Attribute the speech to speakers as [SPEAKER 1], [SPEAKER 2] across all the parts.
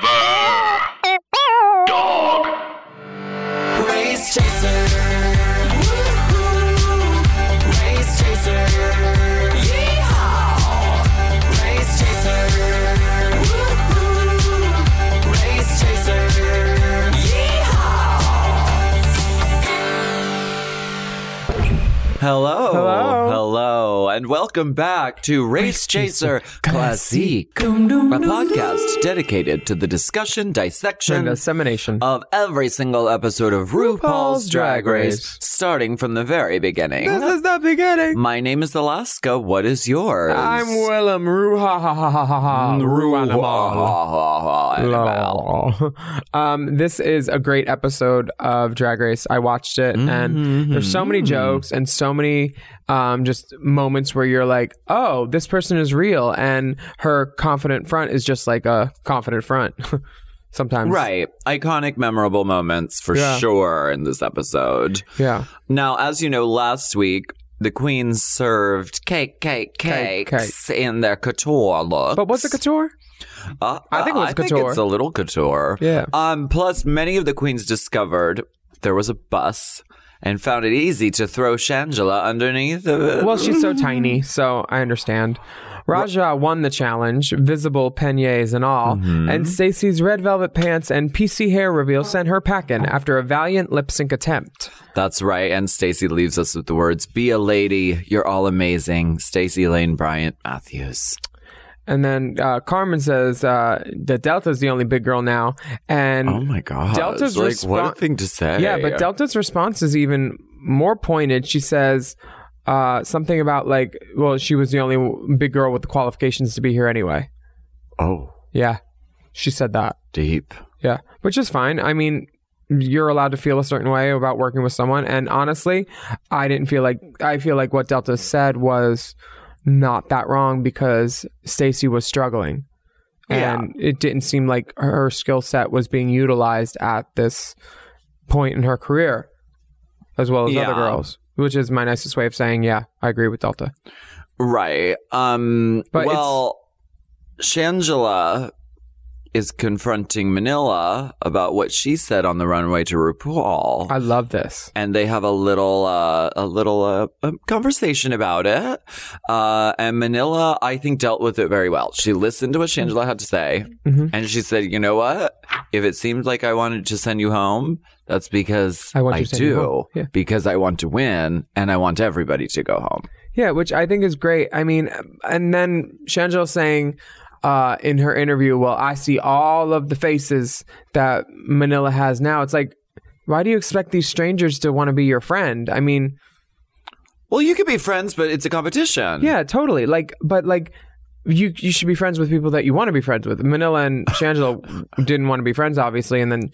[SPEAKER 1] Forever. Dog.
[SPEAKER 2] Race Chaser. Race Chaser. Yeehaw. Race Chaser. Race Chaser. Yeehaw.
[SPEAKER 3] Hello.
[SPEAKER 4] Hello.
[SPEAKER 3] Hello. And welcome back to Race Chaser Classique, a podcast dedicated to the discussion,
[SPEAKER 4] And
[SPEAKER 3] dissection
[SPEAKER 4] dissemination.
[SPEAKER 3] of every single episode of RuPaul's Drag Race, starting from the very beginning.
[SPEAKER 4] is the beginning.
[SPEAKER 3] uh, My name is Alaska. What is yours?
[SPEAKER 4] I'm Willem. Ruha ha ha ha ha
[SPEAKER 3] Mm,
[SPEAKER 4] ha. Ruanimal. Lol. Um, this is a great episode of Drag Race. I watched it,
[SPEAKER 3] Mm-hmm.
[SPEAKER 4] and there's so many jokes and so many um, just moments where you're like, "Oh, this person is real," and her confident front is just like a confident front. Sometimes,
[SPEAKER 3] Right. Iconic, memorable moments for
[SPEAKER 4] Yeah.
[SPEAKER 3] sure in this episode.
[SPEAKER 4] Yeah,
[SPEAKER 3] Now, as you know, last week the queen served cake, cake,
[SPEAKER 4] Cake,
[SPEAKER 3] cakes in their couture look.
[SPEAKER 4] but was it couture? I think it was couture.
[SPEAKER 3] it's a little couture.
[SPEAKER 4] Yeah.
[SPEAKER 3] Um. Plus, many of the queens discovered there was a bus and found it easy to throw Shangela underneath. the-
[SPEAKER 4] Well, she's so tiny, so I understand. Raja won the challenge, visible peignets and all, and Stacy's red velvet pants and PC hair reveal sent her packing after a valiant lip sync attempt.
[SPEAKER 3] That's right. And Stacy leaves us with the words: "Be a lady. You're all amazing." Stacy Lane Bryant Matthews.
[SPEAKER 4] And then uh, Carmen says uh, that Delta's the only big girl now, and
[SPEAKER 3] Oh my god.
[SPEAKER 4] Delta's
[SPEAKER 3] like what a
[SPEAKER 4] respon-
[SPEAKER 3] thing to say.
[SPEAKER 4] Yeah, but Delta's response is even more pointed. She says uh, something about like, well, she was the only w- big girl with the qualifications to be here anyway.
[SPEAKER 3] Oh,
[SPEAKER 4] Yeah, she said that.
[SPEAKER 3] deep.
[SPEAKER 4] Yeah, which is fine. I mean, you're allowed to feel a certain way about working with someone, and honestly, I didn't feel like I feel like what Delta said was not that wrong because Stacy was struggling. And it didn't seem like her skill set was being utilized at this point in her career, as well as
[SPEAKER 3] Yeah.
[SPEAKER 4] other girls, which is my nicest way of saying, yeah, I agree with Delta.
[SPEAKER 3] Right. Um
[SPEAKER 4] But it's-
[SPEAKER 3] well Shangela is confronting Manila about what she said on the runway to RuPaul.
[SPEAKER 4] I love this.
[SPEAKER 3] and they have a little uh, a little uh, um, conversation about it. Uh, and Manila, I think, dealt with it very well. She listened to what
[SPEAKER 4] Mm-hmm.
[SPEAKER 3] Shangela had to say,
[SPEAKER 4] Mhm.
[SPEAKER 3] and she said, "You know what? If it seemed like I wanted to send you home, that's because
[SPEAKER 4] I want
[SPEAKER 3] I
[SPEAKER 4] you to send you
[SPEAKER 3] do,
[SPEAKER 4] home. Yeah.
[SPEAKER 3] because I want to win, and I want everybody to go home."
[SPEAKER 4] Yeah, which I think is great. I mean, and then Shangel saying uh, in her interview, "Well, I see all of the faces that Manila has now." It's like, why do you expect these strangers to want to be your friend? I mean,
[SPEAKER 3] Well, you could be friends, but it's a competition.
[SPEAKER 4] yeah, totally. Like, but like. You, you should be friends with people that you want to be friends with. Manila and Shangela didn't want to be friends, obviously, and then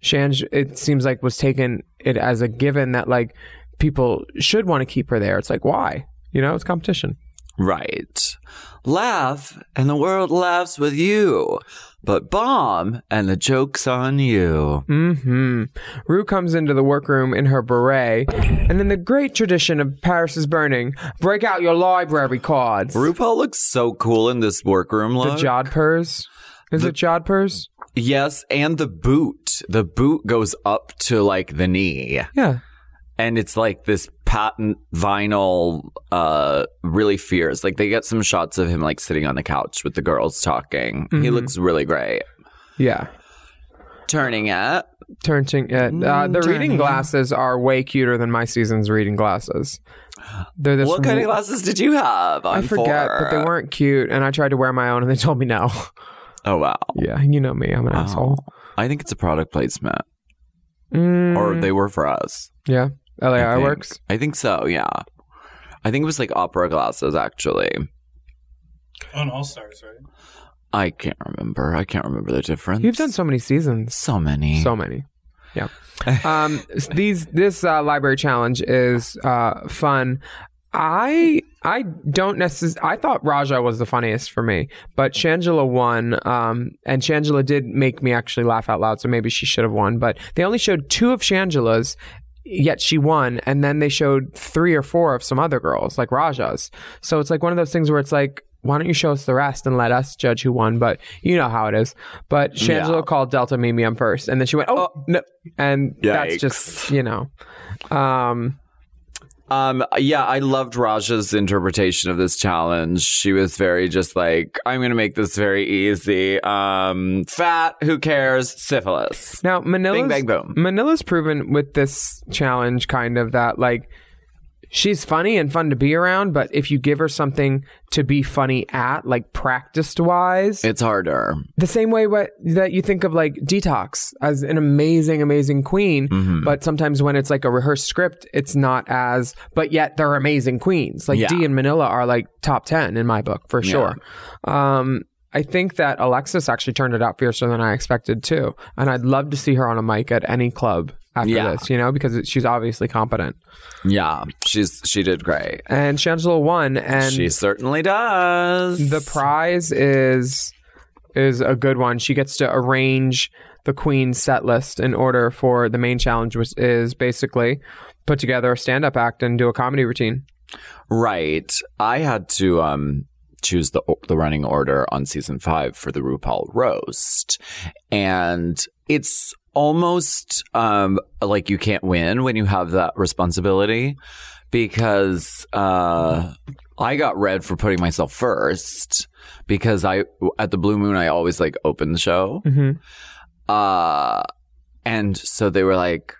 [SPEAKER 4] Shange it seems like was taken it as a given that like people should want to keep her there. It's like why? You know, it's competition.
[SPEAKER 3] Right. Laugh, and the world laughs with you. But bomb, and the joke's on you.
[SPEAKER 4] hmm Rue comes into the workroom in her beret, and in the great tradition of Paris is Burning, break out your library cards.
[SPEAKER 3] RuPaul looks so cool in this workroom
[SPEAKER 4] the
[SPEAKER 3] look.
[SPEAKER 4] Jodhpurs. Is it Jodhpurs?
[SPEAKER 3] yes, and the boot. The boot goes up to like the knee,
[SPEAKER 4] Yeah.
[SPEAKER 3] and it's like this patent vinyl. Uh, really fierce. Like they get some shots of him like sitting on the couch with the girls talking. He
[SPEAKER 4] Mm-hmm.
[SPEAKER 3] looks really great.
[SPEAKER 4] Yeah.
[SPEAKER 3] Turning it.
[SPEAKER 4] Turning, uh, uh, the
[SPEAKER 3] turning.
[SPEAKER 4] reading glasses are way cuter than my season's reading glasses. They're this
[SPEAKER 3] What kind of glasses did you have?
[SPEAKER 4] I
[SPEAKER 3] on
[SPEAKER 4] forget,
[SPEAKER 3] for?
[SPEAKER 4] but they weren't cute, and I tried to wear my own, and they told me no.
[SPEAKER 3] Oh wow.
[SPEAKER 4] yeah, you know me, I'm an
[SPEAKER 3] Wow.
[SPEAKER 4] asshole.
[SPEAKER 3] I think it's a product placement,
[SPEAKER 4] Mm,
[SPEAKER 3] or they were for us.
[SPEAKER 4] yeah,
[SPEAKER 3] I
[SPEAKER 4] LAI
[SPEAKER 3] think.
[SPEAKER 4] works.
[SPEAKER 3] I think so. Yeah, I think it was like opera glasses. Actually,
[SPEAKER 5] On All Stars, right?
[SPEAKER 3] I can't remember. I can't remember the difference.
[SPEAKER 4] You've done so many seasons.
[SPEAKER 3] so many.
[SPEAKER 4] So many. Yeah. Um, s- these this uh, library challenge is uh, fun. I I don't necessarily. I thought Raja was the funniest for me, but Shangela won, um, and Shangela did make me actually laugh out loud. So maybe she should have won. But they only showed two of Shangela's, yet she won, and then they showed three or four of some other girls like Raja's. So it's like one of those things where it's like, why don't you show us the rest and let us judge who won? But you know how it is. But Shangela
[SPEAKER 3] Yeah.
[SPEAKER 4] called Delta Mimium first, and then she went, oh, no. And that's
[SPEAKER 3] Yikes.
[SPEAKER 4] just, you know. Um,
[SPEAKER 3] Um, yeah, I loved Raja's interpretation of this challenge. She was very just like, I'm going to make this very easy. Um, fat, who cares? Syphilis.
[SPEAKER 4] now, Manila's,
[SPEAKER 3] Bing, bang, boom.
[SPEAKER 4] Manila's proven with this challenge kind of that, like, she's funny and fun to be around, but if you give her something to be funny at, like practiced wise,
[SPEAKER 3] It's harder.
[SPEAKER 4] the same way what, that you think of like detox as an amazing amazing queen
[SPEAKER 3] Mm-hmm.
[SPEAKER 4] but sometimes when it's like a rehearsed script it's not as but yet they're amazing queens like
[SPEAKER 3] Yeah.
[SPEAKER 4] d and manila are like top 10 in my book for sure um I think that Alexis actually turned it out fiercer than I expected too, and I'd love to see her on a mic at any club after
[SPEAKER 3] Yeah.
[SPEAKER 4] this, you know, because it, she's obviously competent.
[SPEAKER 3] Yeah, she's she did great.
[SPEAKER 4] And Shangela won, and
[SPEAKER 3] she certainly does.
[SPEAKER 4] the prize is is a good one. She gets to arrange the queen's set list in order for the main challenge, which is basically put together a stand up act and do a comedy routine.
[SPEAKER 3] right. I had to um choose the the running order on season 5 for the RuPaul roast. And it's almost um like you can't win when you have that responsibility because uh I got red for putting myself first because I at the blue moon I always like open the show.
[SPEAKER 4] Mm-hmm.
[SPEAKER 3] Uh, and so they were like,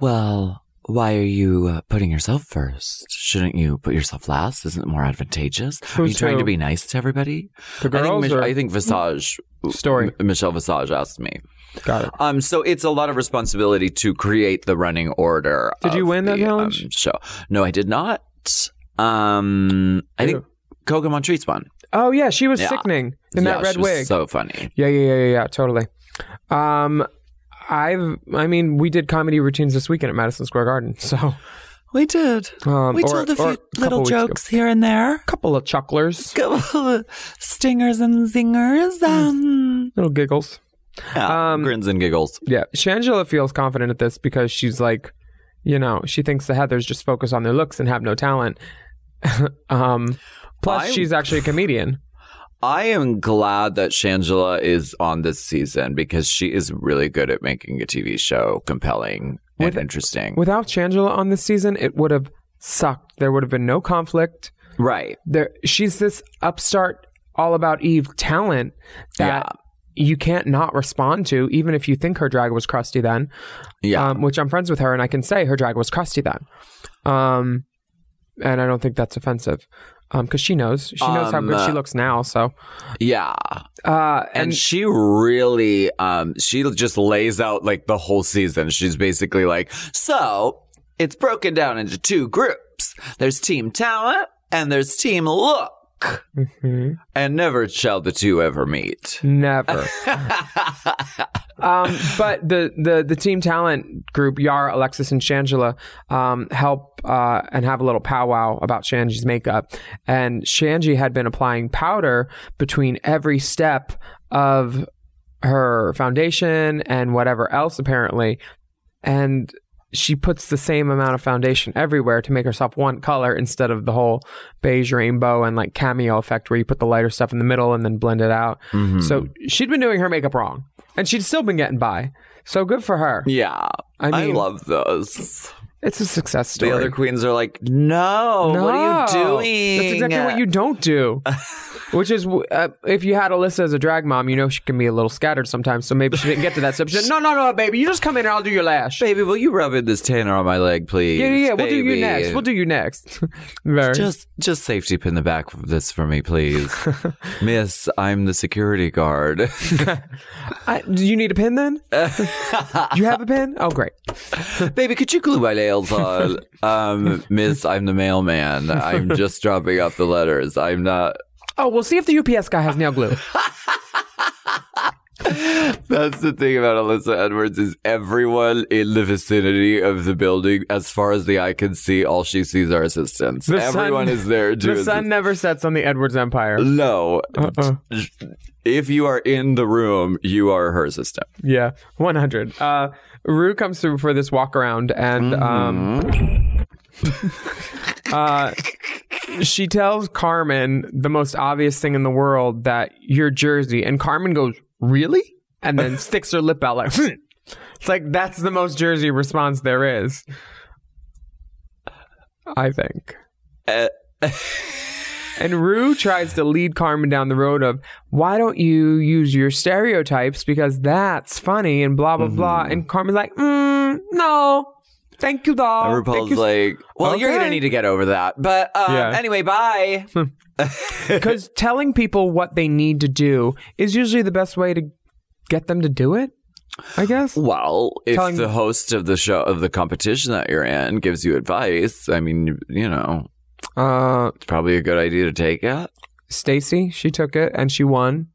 [SPEAKER 3] well, why are you uh, putting yourself first? Shouldn't you put yourself last? Isn't it more advantageous? are you
[SPEAKER 4] Who's
[SPEAKER 3] trying
[SPEAKER 4] who?
[SPEAKER 3] to be nice to everybody?
[SPEAKER 4] The
[SPEAKER 3] I think,
[SPEAKER 4] girls
[SPEAKER 3] Mich-
[SPEAKER 4] or
[SPEAKER 3] I think Visage,
[SPEAKER 4] story
[SPEAKER 3] M- Michelle Visage asked me.
[SPEAKER 4] got it.
[SPEAKER 3] Um, so it's a lot of responsibility to create the running order.
[SPEAKER 4] Did you
[SPEAKER 3] of
[SPEAKER 4] win that
[SPEAKER 3] the, um,
[SPEAKER 4] challenge?
[SPEAKER 3] show. No, I did not. Um, I think Coco Montrese won.
[SPEAKER 4] Oh yeah, she was
[SPEAKER 3] Yeah.
[SPEAKER 4] sickening in
[SPEAKER 3] yeah,
[SPEAKER 4] that red
[SPEAKER 3] she was
[SPEAKER 4] wig.
[SPEAKER 3] So funny.
[SPEAKER 4] yeah, yeah, yeah, yeah, yeah, totally. Um, I've, I mean, we did comedy routines this weekend at Madison Square Garden, so
[SPEAKER 3] We did.
[SPEAKER 4] um,
[SPEAKER 3] we
[SPEAKER 4] or-
[SPEAKER 3] told a
[SPEAKER 4] or
[SPEAKER 3] few
[SPEAKER 4] couple
[SPEAKER 3] little
[SPEAKER 4] weeks ago.
[SPEAKER 3] jokes here and there.
[SPEAKER 4] couple of chucklers,
[SPEAKER 3] couple of stingers and zingers. Um,
[SPEAKER 4] little giggles. Um,
[SPEAKER 3] grins and giggles.
[SPEAKER 4] Yeah, Shangela feels confident at this because she's like, you know, she thinks the Heathers just focus on their looks and have no talent. um, plus,
[SPEAKER 3] I-
[SPEAKER 4] she's actually a comedian.
[SPEAKER 3] I am glad that Shangela is on this season because she is really good at making a TV show compelling and
[SPEAKER 4] With-
[SPEAKER 3] interesting.
[SPEAKER 4] Without Shangela on this season, it would have sucked. There would have been no conflict.
[SPEAKER 3] right.
[SPEAKER 4] There, she's this upstart, all about Eve talent that you can't not respond to, even if you think her drag was crusty then.
[SPEAKER 3] Yeah.
[SPEAKER 4] um, which I'm friends with her, and I can say her drag was crusty then. Um, and I don't think that's offensive because she knows she knows how
[SPEAKER 3] Um,
[SPEAKER 4] good she
[SPEAKER 3] uh,
[SPEAKER 4] looks now. So
[SPEAKER 3] yeah.
[SPEAKER 4] uh,
[SPEAKER 3] And, she really, um, she just lays out like the whole season. She's basically like, so it's broken down into two groups. There's team talent and there's team look.
[SPEAKER 4] Mhm.
[SPEAKER 3] And never shall the two ever meet.
[SPEAKER 4] never. um, but the, the the team talent group, Yara, Alexis, and Shangela, um, help uh, and have a little powwow about Shanji's makeup. And Shanji had been applying powder between every step of her foundation and whatever else, apparently. And she puts the same amount of foundation everywhere to make herself one color instead of the whole beige rainbow and like cameo effect where you put the lighter stuff in the middle and then blend it out.
[SPEAKER 3] Mm-hmm.
[SPEAKER 4] So she'd been doing her makeup wrong and she'd still been getting by. So good for her.
[SPEAKER 3] Yeah.
[SPEAKER 4] I
[SPEAKER 3] I
[SPEAKER 4] mean,
[SPEAKER 3] love those.
[SPEAKER 4] it's a success
[SPEAKER 3] The
[SPEAKER 4] story.
[SPEAKER 3] other queens are like, no, what are you
[SPEAKER 4] No.
[SPEAKER 3] doing?
[SPEAKER 4] That's exactly what you don't do. Which is, uh, if you had Alyssa as a drag mom, you know she can be a little scattered sometimes. So maybe she didn't get to that step. She said, "No, no, no, baby, you just come in and I'll do your lash."
[SPEAKER 3] Baby, will you rub in this tanner on my leg, please?
[SPEAKER 4] yeah, yeah, yeah. We'll do you
[SPEAKER 3] Baby.
[SPEAKER 4] next. We'll do you next. Very.
[SPEAKER 3] just, just safety pin the back of this for me, please. Miss, I'm the security guard.
[SPEAKER 4] I, do you need a pin then? you have a pin? Oh, great.
[SPEAKER 3] Baby, could you glue my nails on? um, miss, I'm the mailman. I'm just dropping off the letters. I'm not.
[SPEAKER 4] Oh, we'll see if the UPS guy has nail glue.
[SPEAKER 3] That's the thing about Alyssa Edwards is everyone in the vicinity of the building, as far as the eye can see, all she sees are assistants.
[SPEAKER 4] The sun-
[SPEAKER 3] everyone is there to
[SPEAKER 4] the sun
[SPEAKER 3] assist.
[SPEAKER 4] never sets on the Edwards Empire.
[SPEAKER 3] No.
[SPEAKER 4] Uh-uh.
[SPEAKER 3] If you are in the room, you are her assistant.
[SPEAKER 4] Yeah, 100. Uh, Rue comes through for this walk around and um, uh, she tells Carmen the most obvious thing in the world that you're Jersey, and Carmen goes, "Really?" and then sticks her lip out like. "Hmm." It's like that's the most Jersey response there is. I think.
[SPEAKER 3] Uh,
[SPEAKER 4] and Rue tries to lead Carmen down the road of why don't you use your stereotypes because that's funny and blah blah blah.
[SPEAKER 3] Mm-hmm.
[SPEAKER 4] And Carmen's like, mm, no, thank you, doll.
[SPEAKER 3] And
[SPEAKER 4] Oh, Thank
[SPEAKER 3] RuPaul's
[SPEAKER 4] you
[SPEAKER 3] like, well, you're
[SPEAKER 4] Okay.
[SPEAKER 3] going to need to get over that. But um,
[SPEAKER 4] Yeah.
[SPEAKER 3] anyway, bye.
[SPEAKER 4] Because telling people what they need to do is usually the best way to get them to do it, I guess.
[SPEAKER 3] Well, if
[SPEAKER 4] Telling-
[SPEAKER 3] the host of the show, of the competition that you're in, gives you advice, I mean, you know,
[SPEAKER 4] Uh,
[SPEAKER 3] it's probably a good idea to take it.
[SPEAKER 4] Stacy, she took it and she won.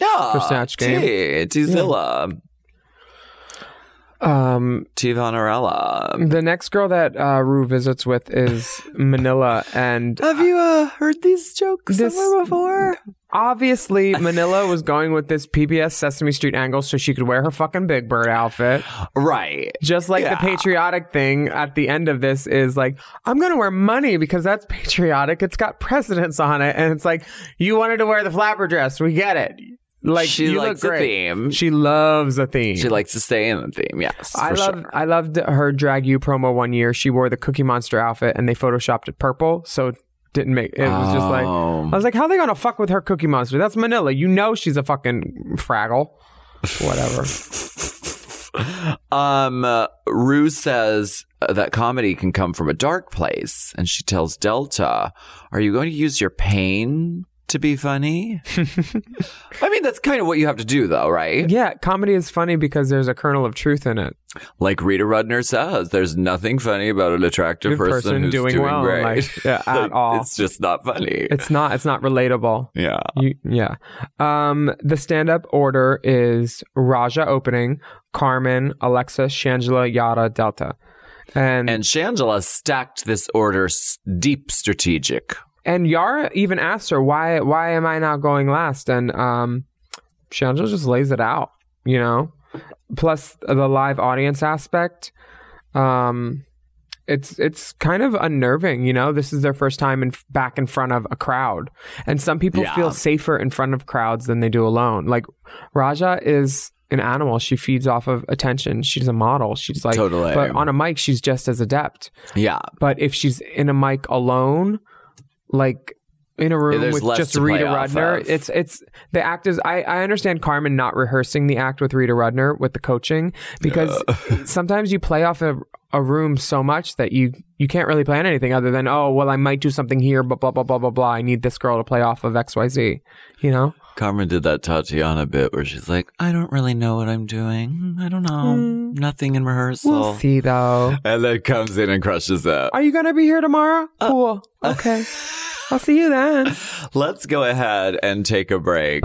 [SPEAKER 3] Yeah.
[SPEAKER 4] For Snatch Game.
[SPEAKER 3] T, T-Zilla,
[SPEAKER 4] Um,
[SPEAKER 3] T-Vonarella.
[SPEAKER 4] the next girl that uh, Rue visits with is Manila, and
[SPEAKER 3] Have you uh, heard these jokes
[SPEAKER 4] This-
[SPEAKER 3] somewhere before?
[SPEAKER 4] obviously Manila was going with this PBS Sesame Street angle so she could wear her fucking Big Bird outfit.
[SPEAKER 3] Right.
[SPEAKER 4] Just like the
[SPEAKER 3] Yeah.
[SPEAKER 4] patriotic thing at the end of this is like, I'm going to wear money because that's patriotic. It's got precedence on it. And it's like, you wanted to wear the flapper dress. We get it. Like,
[SPEAKER 3] She
[SPEAKER 4] you
[SPEAKER 3] likes a
[SPEAKER 4] look great.
[SPEAKER 3] theme.
[SPEAKER 4] She loves a theme.
[SPEAKER 3] She likes to stay in the theme, yes.
[SPEAKER 4] I
[SPEAKER 3] for
[SPEAKER 4] love
[SPEAKER 3] sure.
[SPEAKER 4] I loved her drag you promo one year. She wore the Cookie Monster outfit and they photoshopped it purple, so it didn't make it was just like
[SPEAKER 3] Oh.
[SPEAKER 4] I was like, how they gonna fuck with her Cookie Monster? That's Manila. You know she's a fucking Fraggle. Whatever.
[SPEAKER 3] Um, uh, Rue says uh, that comedy can come from a dark place, and she tells Delta, "Are you going to use your pain to be funny?" I mean, that's kind of what you have to do, though, right?
[SPEAKER 4] yeah, comedy is funny because there's a kernel of truth in it.
[SPEAKER 3] Like Rita Rudner says, "There's nothing funny about an attractive
[SPEAKER 4] Good
[SPEAKER 3] person, who's doing,
[SPEAKER 4] well in
[SPEAKER 3] great.
[SPEAKER 4] life, yeah, at all.
[SPEAKER 3] It's just not funny."
[SPEAKER 4] It's not it's not relatable.
[SPEAKER 3] yeah.
[SPEAKER 4] You, yeah. Um, the stand up order is Raja opening, Carmen, Alexa, Shangela, Yara, Delta. And
[SPEAKER 3] And Shangela stacked this order s- deep strategic.
[SPEAKER 4] and Yara even asked her why why am I not going last and um Shangela just lays it out, you know. Plus the live audience aspect. Um it's it's kind of unnerving, you know. This is their first time in back in front of a crowd. And some people
[SPEAKER 3] Yeah.
[SPEAKER 4] feel safer in front of crowds than they do alone. Like Raja is an animal. She feeds off of attention. She's a model. She's like
[SPEAKER 3] Totally.
[SPEAKER 4] but on a mic she's just as adept.
[SPEAKER 3] Yeah.
[SPEAKER 4] But if she's in a mic alone, like in a room
[SPEAKER 3] there's
[SPEAKER 4] with
[SPEAKER 3] less
[SPEAKER 4] just
[SPEAKER 3] to
[SPEAKER 4] Rita
[SPEAKER 3] play off
[SPEAKER 4] Rudner,
[SPEAKER 3] of.
[SPEAKER 4] it's it's the act is. I I understand Carmen not rehearsing the act with Rita Rudner with the coaching because sometimes you play off a a room so much that you you can't really plan anything other than oh well I might do something here but blah blah blah blah blah I need this girl to play off of X Y Z, you know.
[SPEAKER 3] Carmen did that Tatiana bit where she's like, I don't really know what I'm doing. I don't know. Nothing in rehearsal.
[SPEAKER 4] Hmm. We'll see though.
[SPEAKER 3] And then comes in and crushes it. Uh,
[SPEAKER 4] Are you gonna be here tomorrow? Cool. Okay. I'll see you then.
[SPEAKER 3] Let's go ahead and take a break.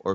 [SPEAKER 3] or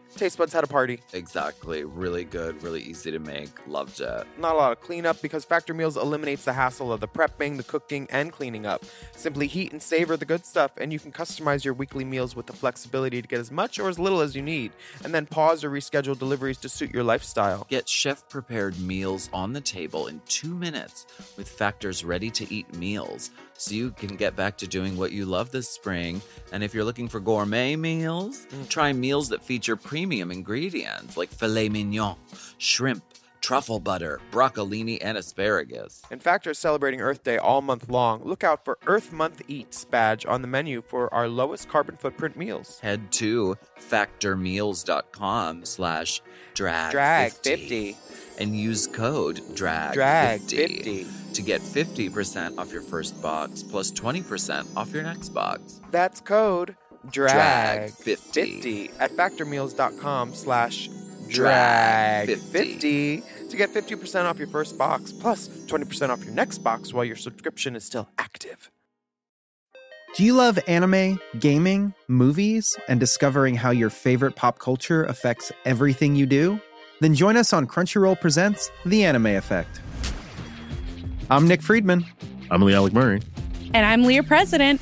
[SPEAKER 6] taste buds had a party.
[SPEAKER 3] Exactly. Really good, really easy to make. Loved it.
[SPEAKER 6] not a lot of cleanup because Factor Meals eliminates the hassle of the prepping, the cooking, and cleaning up. Simply heat and savor the good stuff, and you can customize your weekly meals with the flexibility to get as much or as little as you need, and then pause or reschedule deliveries to suit your lifestyle.
[SPEAKER 3] Get chef prepared meals on the table in two minutes with Factor's ready to eat meals so you can get back to doing what you love this spring. And if you're looking for gourmet meals, try meals that feature premium ingredients like filet mignon, shrimp, truffle butter, broccolini, and asparagus.
[SPEAKER 4] In fact, are celebrating Earth Day all month long. Look out for Earth Month Eats badge on the menu for our lowest carbon footprint meals.
[SPEAKER 3] Head to factormeals.com slash drag,
[SPEAKER 4] Drag
[SPEAKER 3] 50,
[SPEAKER 4] 50.
[SPEAKER 3] and use code drag,
[SPEAKER 4] Drag
[SPEAKER 3] 50,
[SPEAKER 4] 50.
[SPEAKER 3] to get 50% off your first box plus 20% off your next box.
[SPEAKER 4] That's code
[SPEAKER 3] Drag
[SPEAKER 4] drag
[SPEAKER 3] 50.
[SPEAKER 4] 50 at factormeals.com slash drag
[SPEAKER 3] Drag 50.
[SPEAKER 4] 50 to get 50% off your first box plus 20% off your next box while your subscription is still active.
[SPEAKER 7] Do you love anime, gaming, movies, and discovering how your favorite pop culture affects everything you do? Then join us on Crunchyroll Presents The Anime Effect. I'm Nick Friedman.
[SPEAKER 1] I'm Lee Alec Murray.
[SPEAKER 8] And I'm Leah President.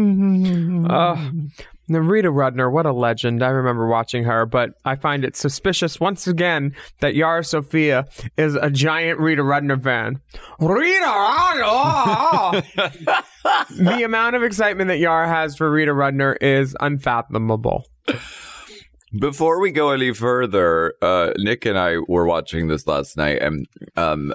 [SPEAKER 9] Ugh. Now, Rita Rudner, what a legend. I remember watching her, but I find it suspicious once again that Yara Sophia is a giant Rita Rudner fan. Rita Rudner! the amount of excitement that Yara has for Rita Rudner is unfathomable.
[SPEAKER 3] Before we go any further, uh, Nick and I were watching this last night, and um,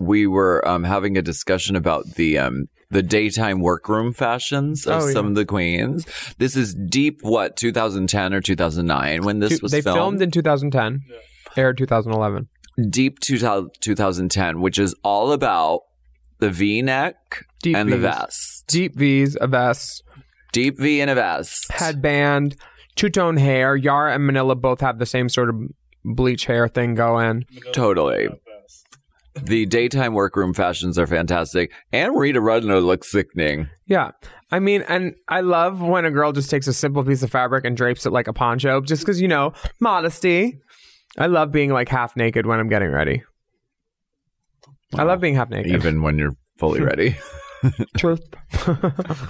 [SPEAKER 3] we were um, having a discussion about the um, the daytime workroom fashions of
[SPEAKER 9] Oh, yeah.
[SPEAKER 3] some of the queens. This is deep, what 2010 or 2009 when this
[SPEAKER 9] Two-
[SPEAKER 3] was
[SPEAKER 9] they filmed in 2010, aired 2011.
[SPEAKER 3] deep 2000, 2010, which is all about the V neck
[SPEAKER 9] Deep
[SPEAKER 3] and the
[SPEAKER 9] V's.
[SPEAKER 3] vest,
[SPEAKER 9] Deep V's, a vest,
[SPEAKER 3] deep V and a vest.
[SPEAKER 9] headband, two tone hair. Yara and Manila both have the same sort of bleach hair thing going.
[SPEAKER 3] Totally. The daytime workroom fashions are fantastic. And Rita Rudner looks sickening.
[SPEAKER 9] Yeah. I mean, and I love when a girl just takes a simple piece of fabric and drapes it like a poncho just because, you know, modesty. I love being like half naked when I'm getting ready. I love being half naked.
[SPEAKER 3] even when you're fully ready.
[SPEAKER 9] Truth.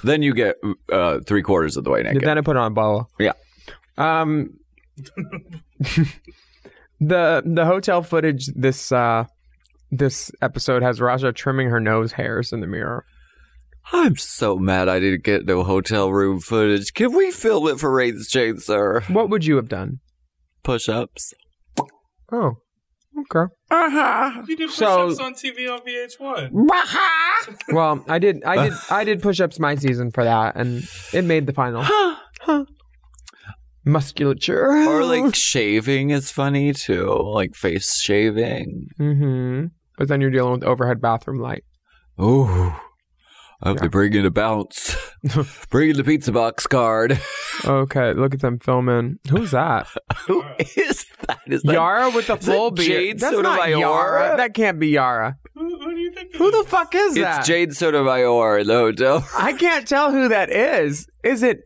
[SPEAKER 3] then you get uh, three quarters of the way naked.
[SPEAKER 9] Then I put on a boa.
[SPEAKER 3] Yeah.
[SPEAKER 9] Um, the the hotel footage this uh this episode has Raja trimming her nose hairs in the mirror.
[SPEAKER 3] I'm so mad I didn't get no hotel room footage. Can we film it for Rain's Chaser?
[SPEAKER 9] What would you have done?
[SPEAKER 3] Push ups.
[SPEAKER 9] Oh, okay.
[SPEAKER 10] You did push
[SPEAKER 9] So-
[SPEAKER 10] ups on TV on VH1.
[SPEAKER 9] Well, I did, I did, I did push ups my season for that, and it made the final. Musculature,
[SPEAKER 3] Or like shaving is funny too, like face shaving.
[SPEAKER 9] mm-hmm. But then you're dealing with overhead bathroom light.
[SPEAKER 3] Oh, I hope they bring in a bounce. bring in the pizza box card.
[SPEAKER 9] Okay, look at them filming. Who's that?
[SPEAKER 3] Who is that? Is that
[SPEAKER 9] Yara with the
[SPEAKER 3] Is that
[SPEAKER 9] full beard.
[SPEAKER 3] Jade
[SPEAKER 9] That's not
[SPEAKER 3] Sotomayor?
[SPEAKER 9] Yara. That can't be Yara.
[SPEAKER 10] Who, who do you think? it
[SPEAKER 9] Who the
[SPEAKER 10] is?
[SPEAKER 9] fuck is that?
[SPEAKER 3] It's Jade Sotomayor in the hotel.
[SPEAKER 9] I can't tell who that is. Is it?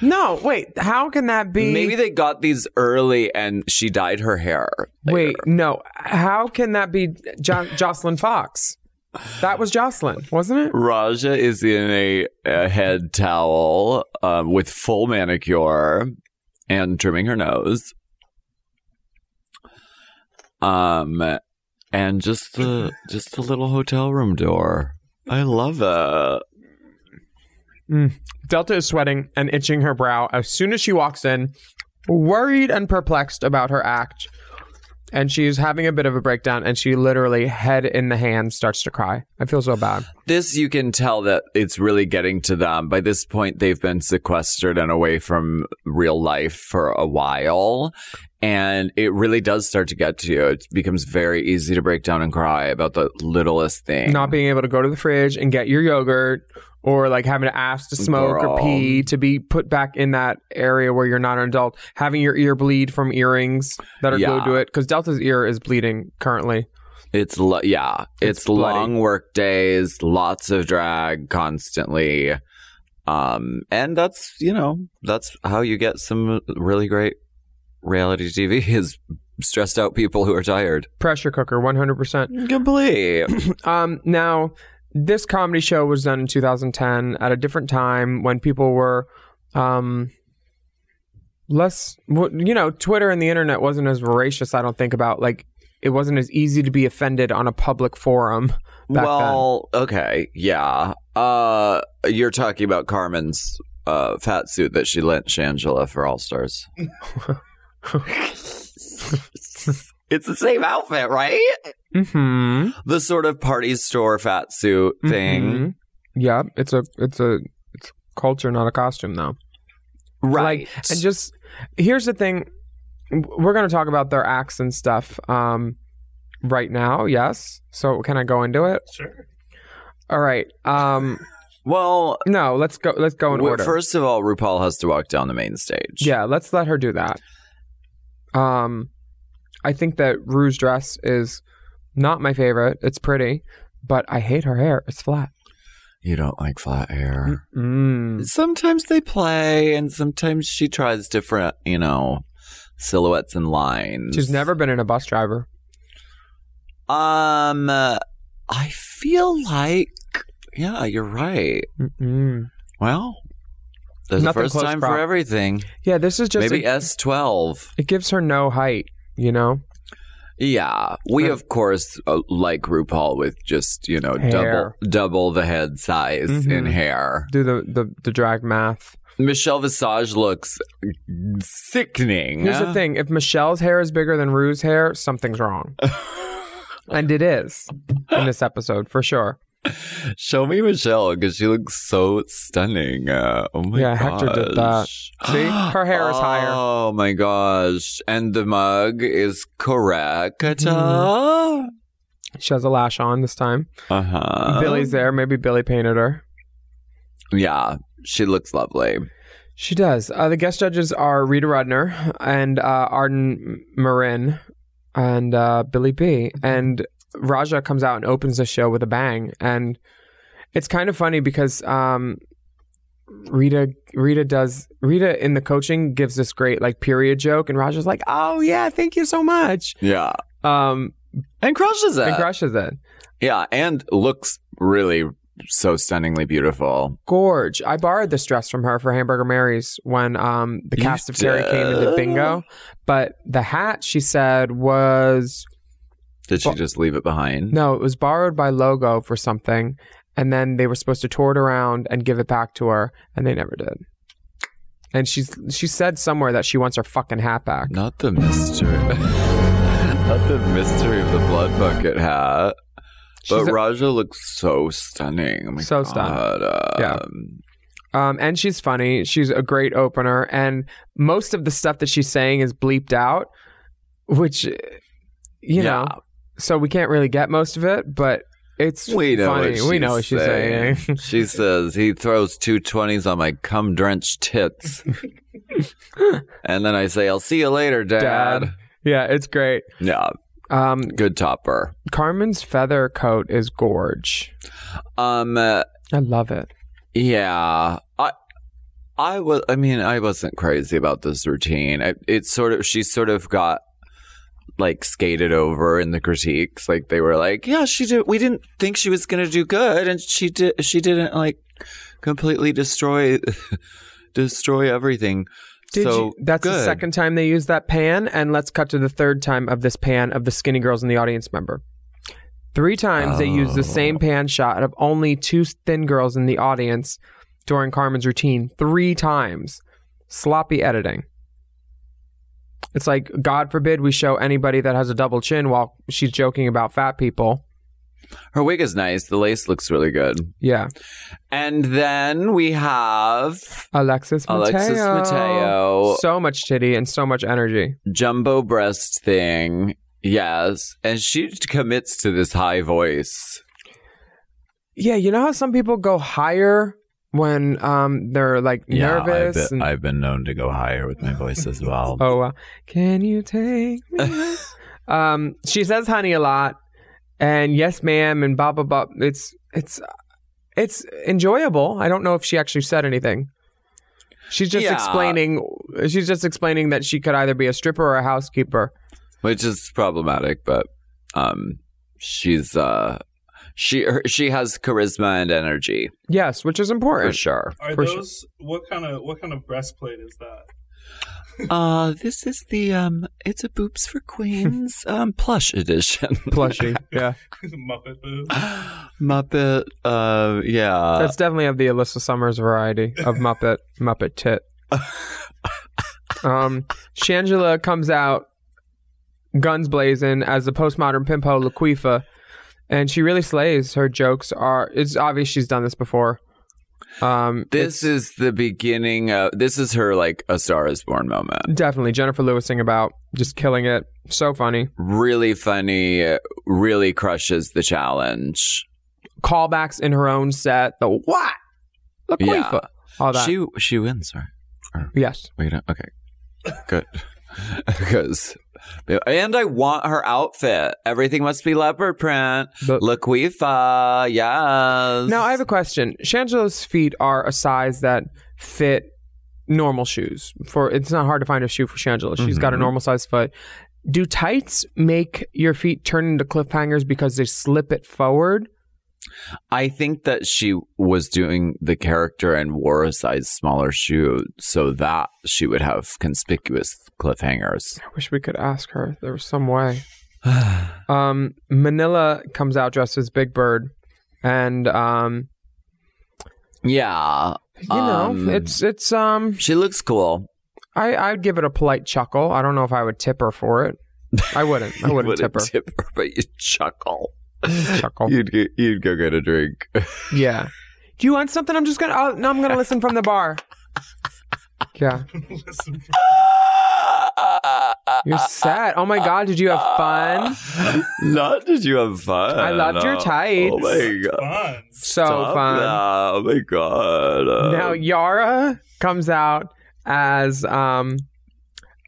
[SPEAKER 9] No, wait. How can that be?
[SPEAKER 3] Maybe they got these early and she dyed her hair. later.
[SPEAKER 9] Wait, no. How can that be jo- Jocelyn Fox? That was Jocelyn, wasn't it?
[SPEAKER 3] Raja is in a, a head towel um, with full manicure and trimming her nose. Um, and just the just the little hotel room door. I love it.
[SPEAKER 9] Delta is sweating and itching her brow as soon as she walks in, worried and perplexed about her act. And she's having a bit of a breakdown and she literally, head in the hand, starts to cry. I feel so bad.
[SPEAKER 3] This you can tell that it's really getting to them. By this point, they've been sequestered and away from real life for a while. And it really does start to get to you. It becomes very easy to break down and cry about the littlest thing.
[SPEAKER 9] Not being able to go to the fridge and get your yogurt or like having to ask to smoke
[SPEAKER 3] Girl.
[SPEAKER 9] or pee to be put back in that area where you're not an adult, having your ear bleed from earrings that are glued
[SPEAKER 3] Yeah.
[SPEAKER 9] to it because Delta's ear is bleeding currently.
[SPEAKER 3] It's lo- yeah, it's,
[SPEAKER 9] It's bloody.
[SPEAKER 3] long work days, lots of drag constantly. Um and that's, you know, that's how you get some really great reality TV is stressed out people who are tired.
[SPEAKER 9] Pressure cooker, one hundred percent.
[SPEAKER 3] Complete.
[SPEAKER 9] Um, now, this comedy show was done in 2010 at a different time when people were um, less, w- you know, Twitter and the internet wasn't as voracious, I don't think, about like it wasn't as easy to be offended on a public forum. Back
[SPEAKER 3] well, okay. Yeah. Uh you're talking about Carmen's uh fat suit that she lent Shangela for All Stars. it's the same outfit, right?
[SPEAKER 9] then. Mm-hmm.
[SPEAKER 3] The sort of party store fat suit thing.
[SPEAKER 9] Yeah, Mm-hmm. it's a it's a it's culture, not a costume, though.
[SPEAKER 3] Right.
[SPEAKER 9] Like, and just here's the thing: we're going to talk about their acts and stuff um, right now. Yes. So can I go into it?
[SPEAKER 10] Sure.
[SPEAKER 9] All right. Um,
[SPEAKER 3] well,
[SPEAKER 9] no, let's go. Let's go in
[SPEAKER 3] Well,
[SPEAKER 9] order.
[SPEAKER 3] First of all, RuPaul has to walk down the main stage.
[SPEAKER 9] yeah, let's let her do that. Um, I think that Rue's dress is not my favorite. It's pretty, but I hate her hair. It's flat.
[SPEAKER 3] You don't like flat hair.
[SPEAKER 9] Mm.
[SPEAKER 3] Sometimes they play, and sometimes she tries different, you know, silhouettes and lines.
[SPEAKER 9] She's never been in a bus driver.
[SPEAKER 3] Um, uh, I feel like, yeah, you're right.
[SPEAKER 9] Mm-mm.
[SPEAKER 3] Well, there's
[SPEAKER 9] Nothing
[SPEAKER 3] a first
[SPEAKER 9] close
[SPEAKER 3] time
[SPEAKER 9] prop.
[SPEAKER 3] for everything.
[SPEAKER 9] Yeah, this is just
[SPEAKER 3] Maybe
[SPEAKER 9] a-
[SPEAKER 3] S12.
[SPEAKER 9] it gives her no height. You know,
[SPEAKER 3] Yeah, we
[SPEAKER 9] Right.
[SPEAKER 3] of course uh, like RuPaul with just you know
[SPEAKER 9] Hair.
[SPEAKER 3] double double the head size in
[SPEAKER 9] Mhm.
[SPEAKER 3] hair.
[SPEAKER 9] do the the, the drag math.
[SPEAKER 3] Michelle Visage looks sickening.
[SPEAKER 9] Here's the thing: if Michelle's hair is bigger than Rue's hair, something's wrong, and it is in this episode for sure.
[SPEAKER 3] Show me Michelle because she looks so stunning. Uh, oh my
[SPEAKER 9] Yeah,
[SPEAKER 3] gosh.
[SPEAKER 9] Hector did that. See? Her hair is higher.
[SPEAKER 3] Oh my gosh. And the mug is correct.
[SPEAKER 9] Mm-hmm.
[SPEAKER 3] Uh
[SPEAKER 9] She has a lash on this time.
[SPEAKER 3] huh.
[SPEAKER 9] Billy's there. Maybe Billy painted her.
[SPEAKER 3] Yeah, she looks lovely.
[SPEAKER 9] She does. Uh, the guest judges are Rita Rudner and uh, Arden Marin and uh, Billy B. And Raja comes out and opens the show with a bang. And it's kind of funny because um, Rita Rita does Rita in the coaching gives this great like period joke, and Raja's like, "Oh yeah, thank you so much,"
[SPEAKER 3] Yeah.
[SPEAKER 9] um,
[SPEAKER 3] And crushes it.
[SPEAKER 9] and crushes it.
[SPEAKER 3] yeah, and looks really so stunningly beautiful.
[SPEAKER 9] Gorge. I borrowed this dress from her for Hamburger Mary's when um, the
[SPEAKER 3] You
[SPEAKER 9] cast of Terry came into
[SPEAKER 3] did?
[SPEAKER 9] bingo. But the hat she said was
[SPEAKER 3] Did she
[SPEAKER 9] Bu-
[SPEAKER 3] just leave it behind?
[SPEAKER 9] no, it was borrowed by Logo for something, and then they were supposed to tour it around and give it back to her, and they never did. And she's she said somewhere that she wants her fucking hat back.
[SPEAKER 3] Not the mystery. Not the mystery of the blood bucket hat.
[SPEAKER 9] She's
[SPEAKER 3] but
[SPEAKER 9] a-
[SPEAKER 3] Raja looks so stunning. Oh my
[SPEAKER 9] So
[SPEAKER 3] God.
[SPEAKER 9] stunning. Yeah.
[SPEAKER 3] Um,
[SPEAKER 9] Um, and she's funny. She's a great opener, and most of the stuff that she's saying is bleeped out, which uh,
[SPEAKER 3] Yeah.
[SPEAKER 9] you know, so we can't really get most of it. But it's
[SPEAKER 3] We know
[SPEAKER 9] funny.
[SPEAKER 3] what
[SPEAKER 9] we
[SPEAKER 3] she's
[SPEAKER 9] know what she's saying.
[SPEAKER 3] she says he throws two twenties on my cum drenched tits. and then I say, I'll see you later, Dad.
[SPEAKER 9] Dad. yeah, it's great.
[SPEAKER 3] Yeah.
[SPEAKER 9] Um,
[SPEAKER 3] Good topper.
[SPEAKER 9] Carmen's feather coat is gorge.
[SPEAKER 3] Um uh,
[SPEAKER 9] I love it.
[SPEAKER 3] Yeah, I, I was. I mean, I wasn't crazy about this routine. I, it's sort of she sort of got like skated over in the critiques. Like they were like, yeah, she did. We didn't think she was gonna do good, and she did. She didn't like completely destroy destroy everything.
[SPEAKER 9] Did
[SPEAKER 3] so
[SPEAKER 9] you, that's the
[SPEAKER 3] good.
[SPEAKER 9] second time they used that pan, and let's cut to the third time of this pan of the skinny girls in the audience member. Three times they used the
[SPEAKER 3] Oh.
[SPEAKER 9] same pan shot of only two thin girls in the audience during Carmen's routine. Three times. Sloppy editing. It's like, God forbid we show anybody that has a double chin while she's joking about fat people.
[SPEAKER 3] Her wig is nice. The lace looks really good.
[SPEAKER 9] Yeah.
[SPEAKER 3] And then we have
[SPEAKER 9] Alexis Mateo.
[SPEAKER 3] Alexis Mateo.
[SPEAKER 9] So much titty and so much energy.
[SPEAKER 3] jumbo breast thing. Yes, and she commits to this high voice.
[SPEAKER 9] Yeah, you know how some people go higher when um they're like nervous.
[SPEAKER 3] I've been,
[SPEAKER 9] and-
[SPEAKER 3] I've been known to go higher with my voice as well.
[SPEAKER 9] oh, uh, can you take me? um, she says "honey" a lot, and "yes, ma'am," and "blah blah blah." It's it's it's enjoyable. I don't know if she actually said anything. She's just
[SPEAKER 3] Yeah.
[SPEAKER 9] explaining. She's just explaining that she could either be a stripper or a housekeeper.
[SPEAKER 3] which is problematic, but um, she's uh, she her, she has charisma and energy
[SPEAKER 9] Yes, which is
[SPEAKER 3] for
[SPEAKER 9] important.
[SPEAKER 3] sure.
[SPEAKER 10] Are
[SPEAKER 9] For sure.
[SPEAKER 10] those what kind of what kind of breastplate is that?
[SPEAKER 3] Uh, this is the um, it's a boobs for queens um plush edition.
[SPEAKER 9] Plushy. Yeah,
[SPEAKER 10] Muppet boob.
[SPEAKER 3] Muppet. Uh, yeah.
[SPEAKER 9] that's definitely of the Alyssa Summers variety of Muppet Muppet tit. um, Shangela comes out guns blazing as the postmodern pimpo Laquifa, and she really slays. Her jokes are. It's obvious she's done this before. Um,
[SPEAKER 3] this is the beginning of this is her like a star is born moment.
[SPEAKER 9] definitely Jennifer Lewising about just killing it. So funny.
[SPEAKER 3] Really funny, really crushes the challenge.
[SPEAKER 9] Callbacks in her own set. The what? Laquifa.
[SPEAKER 3] Yeah.
[SPEAKER 9] All that.
[SPEAKER 3] She she wins, right?
[SPEAKER 9] yes.
[SPEAKER 3] Wait, uh, okay, good. Because and I want her outfit. Everything must be leopard print.
[SPEAKER 9] But-
[SPEAKER 3] Laquifa, yes.
[SPEAKER 9] Now I have a question. Shangela's feet are a size that fit normal shoes. For it's not hard to find a shoe for Shangela. She's got a
[SPEAKER 3] Mhm.
[SPEAKER 9] normal size foot. Do tights make your feet turn into cliffhangers because they slip it forward?
[SPEAKER 3] I think that she was doing the character and wore a size smaller shoe so that she would have conspicuous cliffhangers.
[SPEAKER 9] I wish we could ask her. if There was some way. um, Manila comes out dressed as Big Bird, and um,
[SPEAKER 3] Yeah,
[SPEAKER 9] you know,
[SPEAKER 3] Um,
[SPEAKER 9] it's it's um,
[SPEAKER 3] she looks cool.
[SPEAKER 9] I I'd give it a polite chuckle. I don't know if I would tip her for it. I wouldn't. I
[SPEAKER 3] You
[SPEAKER 9] wouldn't tip her.
[SPEAKER 3] tip her, but you chuckle.
[SPEAKER 9] chuckle.
[SPEAKER 3] You'd go- you'd go get a drink.
[SPEAKER 9] Yeah. Do you want something? I'm just gonna. Oh, no, I'm gonna listen from the bar. Yeah,
[SPEAKER 10] Listen,
[SPEAKER 9] you're sad. Oh my god, did you have fun?
[SPEAKER 3] Not did you have fun?
[SPEAKER 9] I loved your tights.
[SPEAKER 3] Oh my god,
[SPEAKER 10] fun.
[SPEAKER 9] So
[SPEAKER 3] Stop
[SPEAKER 9] fun.
[SPEAKER 3] that. Oh my god.
[SPEAKER 9] Now Yara comes out as um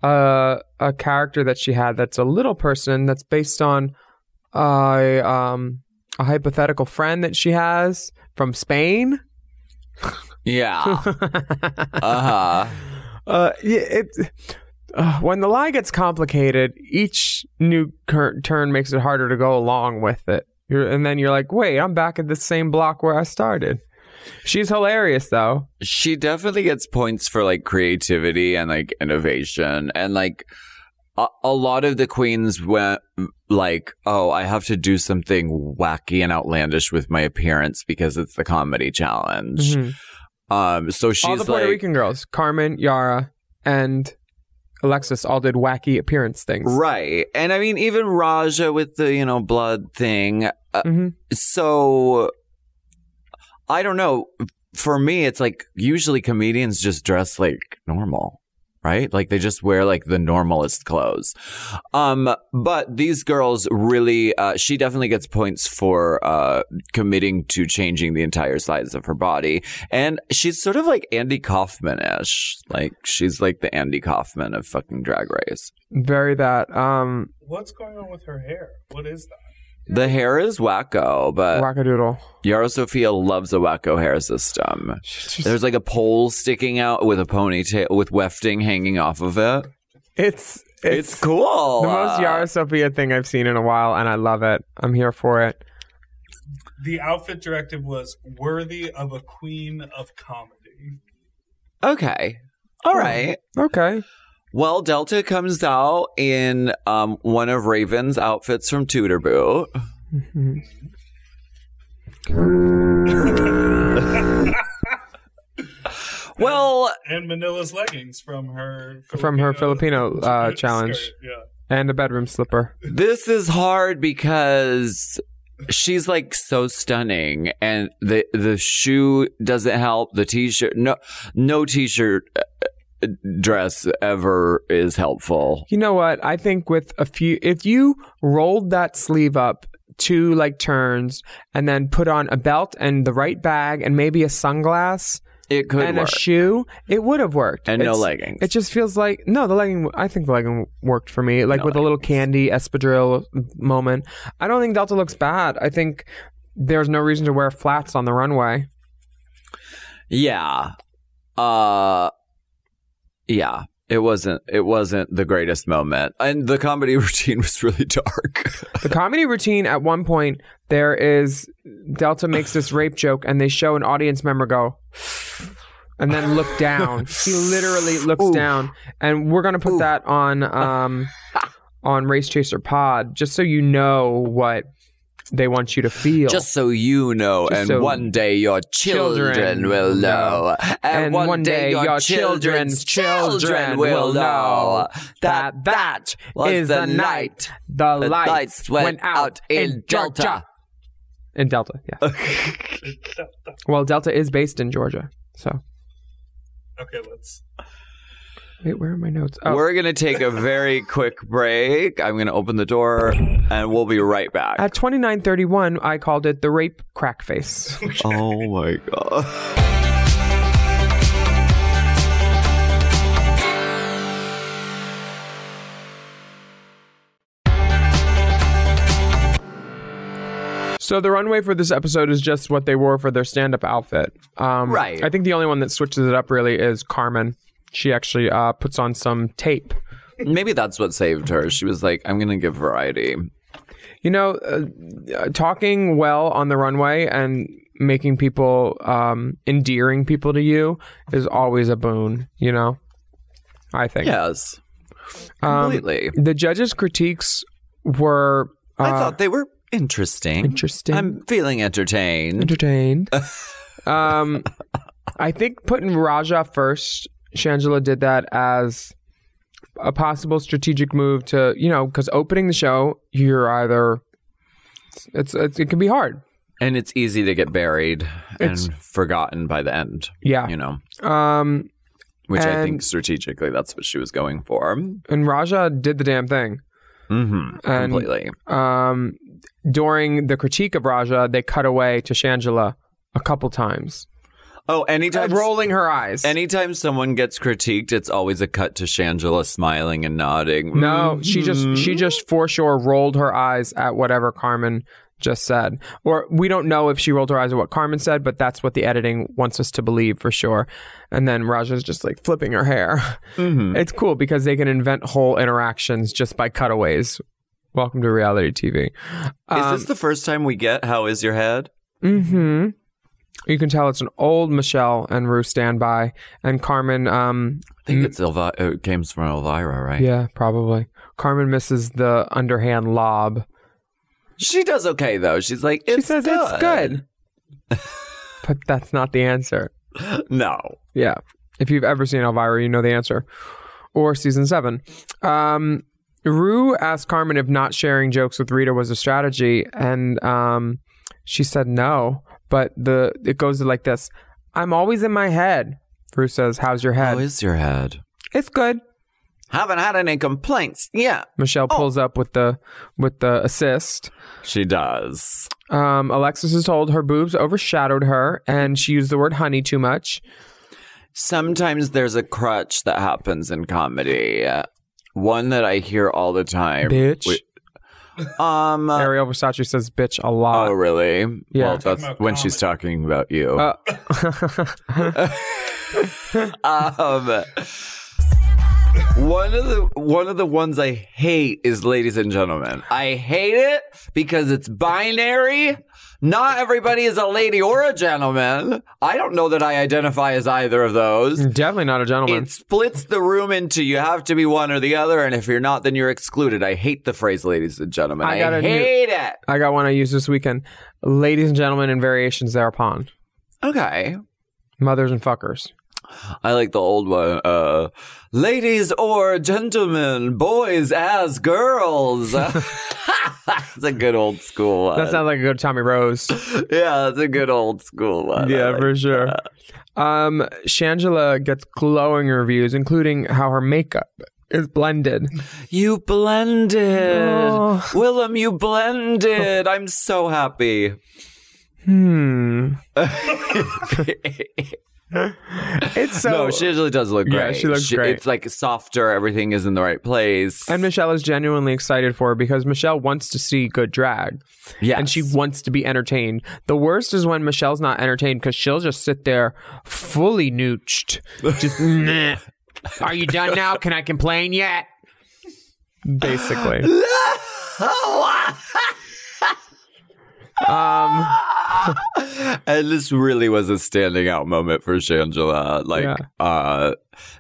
[SPEAKER 9] a a character that she had that's a little person that's based on a um a hypothetical friend that she has from Spain.
[SPEAKER 3] yeah. Uh huh.
[SPEAKER 9] Uh, yeah, it. Uh, when the lie gets complicated, each new cur- turn makes it harder to go along with it. You're, and then you're like, wait, I'm back at the same block where I started. She's hilarious, though.
[SPEAKER 3] she definitely gets points for like creativity and like innovation and like a, a lot of the queens went like oh i have to do something wacky and outlandish with my appearance because it's the comedy challenge
[SPEAKER 9] Mhm.
[SPEAKER 3] um so Mm-hmm. she's
[SPEAKER 9] all the Puerto
[SPEAKER 3] like
[SPEAKER 9] Rican girls, Carmen, Yara, and Alexis, all did wacky appearance things.
[SPEAKER 3] right and i mean even raja with the you know blood thing uh,
[SPEAKER 9] Mhm.
[SPEAKER 3] so i don't know for me it's like usually comedians just dress like normal right like they just wear like the normalest clothes um but these girls really uh, she definitely gets points for uh committing to changing the entire size of her body and she's sort of like andy kaufman-ish like she's like the andy kaufman of fucking drag race
[SPEAKER 9] Very that. Um,
[SPEAKER 10] What's going on with her hair? What is that?
[SPEAKER 3] the hair is wacko but
[SPEAKER 9] wackadoodle.
[SPEAKER 3] Yara Sofia loves a wacko hair system.
[SPEAKER 9] She's-
[SPEAKER 3] There's like a pole sticking out with a ponytail with wefting hanging off of it.
[SPEAKER 9] It's,
[SPEAKER 3] It's,
[SPEAKER 9] it's
[SPEAKER 3] cool.
[SPEAKER 9] the most
[SPEAKER 3] Uh,
[SPEAKER 9] Yara Sophia thing I've seen in a while, and I love it. I'm here for it.
[SPEAKER 10] The outfit directive was worthy of a queen of comedy.
[SPEAKER 3] Uh, Okay. All right.
[SPEAKER 9] Okay.
[SPEAKER 3] Well, Delta comes out in um, one of Raven's outfits from Tudor Boot.
[SPEAKER 9] Mm-hmm.
[SPEAKER 3] well,
[SPEAKER 10] And Manila's leggings from her
[SPEAKER 9] From her Filipino, uh,
[SPEAKER 10] skirt,
[SPEAKER 9] challenge.
[SPEAKER 10] Yeah.
[SPEAKER 9] And a bedroom slipper.
[SPEAKER 3] this is hard because she's like so stunning and the the shoe doesn't help the t-shirt no no t-shirt uh, dress ever is helpful
[SPEAKER 9] You know what? I think with a few, if you rolled that sleeve up two like turns and then put on a belt and the right bag and maybe a sunglass
[SPEAKER 3] It could
[SPEAKER 9] and
[SPEAKER 3] work.
[SPEAKER 9] a shoe, it would have worked.
[SPEAKER 3] And no
[SPEAKER 9] It's-
[SPEAKER 3] leggings.
[SPEAKER 9] It just feels like no, the legging. I think the legging worked for me, like
[SPEAKER 3] No
[SPEAKER 9] with a little candy espadrille moment. I don't think Delta looks bad. I think there's no reason to wear flats on the runway.
[SPEAKER 3] Yeah. Uh yeah. It wasn't it wasn't the greatest moment. And the comedy routine was really dark.
[SPEAKER 9] The comedy routine at one point there is Delta makes this rape joke and they show an audience member go and then look down. he literally looks down and we're going to put that on um on Race Chaser Pod just so you know what they want you to feel.
[SPEAKER 3] Just so you know,
[SPEAKER 9] Just
[SPEAKER 3] and
[SPEAKER 9] so
[SPEAKER 3] one day your children,
[SPEAKER 9] children
[SPEAKER 3] will know. And, one, day, your children's
[SPEAKER 9] children's
[SPEAKER 3] children,
[SPEAKER 9] children
[SPEAKER 3] will
[SPEAKER 9] will
[SPEAKER 3] know
[SPEAKER 9] know
[SPEAKER 3] that
[SPEAKER 9] that
[SPEAKER 3] that was
[SPEAKER 9] is
[SPEAKER 3] the
[SPEAKER 9] the
[SPEAKER 3] night
[SPEAKER 9] night the
[SPEAKER 3] the
[SPEAKER 9] lights,
[SPEAKER 3] lights
[SPEAKER 9] went,
[SPEAKER 3] went
[SPEAKER 9] out,
[SPEAKER 3] out
[SPEAKER 9] in,
[SPEAKER 3] in
[SPEAKER 9] Georgia.
[SPEAKER 3] Delta.
[SPEAKER 9] In Delta, yeah. well, Delta is based in Georgia, so
[SPEAKER 10] Okay, let's.
[SPEAKER 9] wait, where are my notes? Oh,
[SPEAKER 3] We're going to take a very quick break. I'm going to open the door and we'll be right back.
[SPEAKER 9] at twenty nine thirty one, I called it the rape crack face.
[SPEAKER 3] oh my God.
[SPEAKER 9] So the runway for this episode is just what they wore for their stand-up outfit. Um,
[SPEAKER 3] Right.
[SPEAKER 9] I think the only one that switches it up really is Carmen. She actually uh, puts on some tape.
[SPEAKER 3] Maybe that's what saved her. She was like, I'm going to give variety.
[SPEAKER 9] You know, uh, uh, talking well on the runway and making people, um, endearing people to you is always a boon. You know, I think.
[SPEAKER 3] Yes.
[SPEAKER 9] Um,
[SPEAKER 3] Completely.
[SPEAKER 9] The judges' critiques were uh,
[SPEAKER 3] I thought they were interesting.
[SPEAKER 9] Interesting.
[SPEAKER 3] I'm feeling entertained.
[SPEAKER 9] entertained. um, I think putting Raja first, Shangela did that as a possible strategic move to you know because opening the show, you're either it's, it's it can be hard.
[SPEAKER 3] and it's easy to get buried
[SPEAKER 9] It's-
[SPEAKER 3] and forgotten by the end,
[SPEAKER 9] Yeah.
[SPEAKER 3] you know,
[SPEAKER 9] Um,
[SPEAKER 3] which I
[SPEAKER 9] And-
[SPEAKER 3] think strategically that's what she was going for.
[SPEAKER 9] and Raja did the damn thing.
[SPEAKER 3] Mm-hmm.
[SPEAKER 9] And-
[SPEAKER 3] Completely.
[SPEAKER 9] Um, during the critique of Raja, they cut away to Shangela a couple times,
[SPEAKER 3] Oh, anytime.
[SPEAKER 9] rolling her eyes.
[SPEAKER 3] Anytime someone gets critiqued, it's always a cut to Shangela smiling and nodding. Mm,
[SPEAKER 9] no, she just she just for sure rolled her eyes at whatever Carmen just said. Or we don't know if she rolled her eyes at what Carmen said, but that's what the editing wants us to believe for sure. And then Raja's just like flipping her hair. It's cool because they can invent whole interactions just by cutaways. Welcome to reality TV.
[SPEAKER 3] Is this the first time we get How Is Your Head?
[SPEAKER 9] hmm You can tell it's an old Michelle and Rue standby, and Carmen. Um,
[SPEAKER 3] I think it's Elvira. It came from Elvira, right?
[SPEAKER 9] yeah, probably. Carmen misses the underhand lob.
[SPEAKER 3] She does okay, though. She's like,
[SPEAKER 9] She
[SPEAKER 3] it's
[SPEAKER 9] says
[SPEAKER 3] good.
[SPEAKER 9] it's good, but that's not the answer.
[SPEAKER 3] No.
[SPEAKER 9] Yeah, if you've ever seen Elvira, you know the answer. Or season seven. Um, Rue asked Carmen if not sharing jokes with Rita was a strategy, and um, she said no. But the it goes like this: I'm always in my head. Rue says, "How's your head?
[SPEAKER 3] How is your head?
[SPEAKER 9] it's good."
[SPEAKER 3] Haven't had any complaints. Yeah.
[SPEAKER 9] Michelle pulls up with the with the assist.
[SPEAKER 3] She does.
[SPEAKER 9] Um, Alexis is told her boobs overshadowed her, and she used the word honey too much.
[SPEAKER 3] Sometimes there's a crutch that happens in comedy. One that I hear all the time.
[SPEAKER 9] Bitch.
[SPEAKER 3] Um.
[SPEAKER 9] Ariel Versace says "bitch" a
[SPEAKER 3] Oh,
[SPEAKER 9] lot.
[SPEAKER 3] really?
[SPEAKER 9] Uh, Yeah. Uh,
[SPEAKER 3] Well, that's
[SPEAKER 10] Talking about
[SPEAKER 3] when she's talking about you. um, one of the one of the ones I hate is ladies and gentlemen. I hate it because it's binary. Not everybody is a lady or a gentleman. I don't know that I identify as either of those.
[SPEAKER 9] Definitely not a gentleman.
[SPEAKER 3] It splits the room into you have to be one or the other, and if you're not, then you're excluded. I hate the phrase, ladies and gentlemen.
[SPEAKER 9] I
[SPEAKER 3] I,
[SPEAKER 9] got a new-
[SPEAKER 3] hate it.
[SPEAKER 9] I got one I used this weekend. Ladies and gentlemen, and variations thereupon.
[SPEAKER 3] Okay.
[SPEAKER 9] Mothers and fuckers.
[SPEAKER 3] I like the old one. Uh, ladies or gentlemen, boys as girls. that's a good old school one.
[SPEAKER 9] That sounds like a good Tommy Rose.
[SPEAKER 3] uh, yeah, that's a good old school one. I
[SPEAKER 9] yeah,
[SPEAKER 3] like
[SPEAKER 9] for sure.
[SPEAKER 3] uh,
[SPEAKER 9] Um, Shangela gets glowing reviews, including how her makeup is blended.
[SPEAKER 3] You blended.
[SPEAKER 9] Oh.
[SPEAKER 3] Willem, you blended. I'm so happy.
[SPEAKER 9] Hmm. It's so.
[SPEAKER 3] no, she really does look great.
[SPEAKER 9] Yeah, she looks great.
[SPEAKER 3] It's like softer. Everything is in the right place.
[SPEAKER 9] and Michelle is genuinely excited for her because Michelle wants to see good drag.
[SPEAKER 3] Yes.
[SPEAKER 9] and she wants to be entertained. The worst is when Michelle's not entertained because she'll just sit there fully nooched. Just, meh. are you done now? Can I complain yet? Basically. um,
[SPEAKER 3] and this really was a standing out moment for Shangela. Like,
[SPEAKER 9] Yeah.
[SPEAKER 3] uh,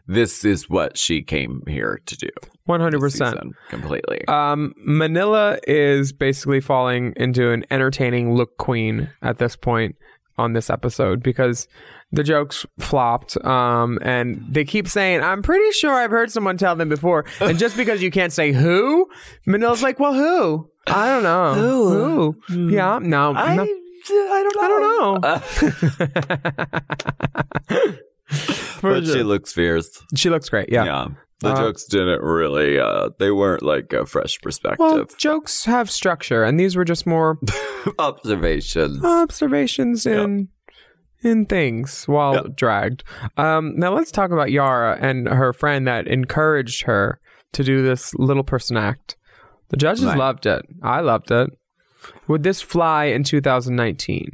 [SPEAKER 3] this is what she came here to do. this
[SPEAKER 9] 100%.
[SPEAKER 3] season, completely.
[SPEAKER 9] Um, Manila is basically falling into an entertaining look queen at this point on this episode because the jokes flopped. Um, and they keep saying, I'm pretty sure I've heard someone tell them before. And just because you can't say who, Manila's like, well, who? I don't know. Who? Yeah, no. I, no. I don't uh, know.
[SPEAKER 3] but she looks fierce.
[SPEAKER 9] She looks great. Yeah.
[SPEAKER 3] The
[SPEAKER 9] Uh,
[SPEAKER 3] jokes didn't really, uh, they weren't like a fresh
[SPEAKER 9] Well,
[SPEAKER 3] perspective.
[SPEAKER 9] jokes have structure, and these were just more
[SPEAKER 3] Observations.
[SPEAKER 9] observations in in things while dragged. Um, now let's talk about Yara and her friend that encouraged her to do this little person act. The judges
[SPEAKER 3] Right.
[SPEAKER 9] loved it. I loved it. Would this fly in 2019?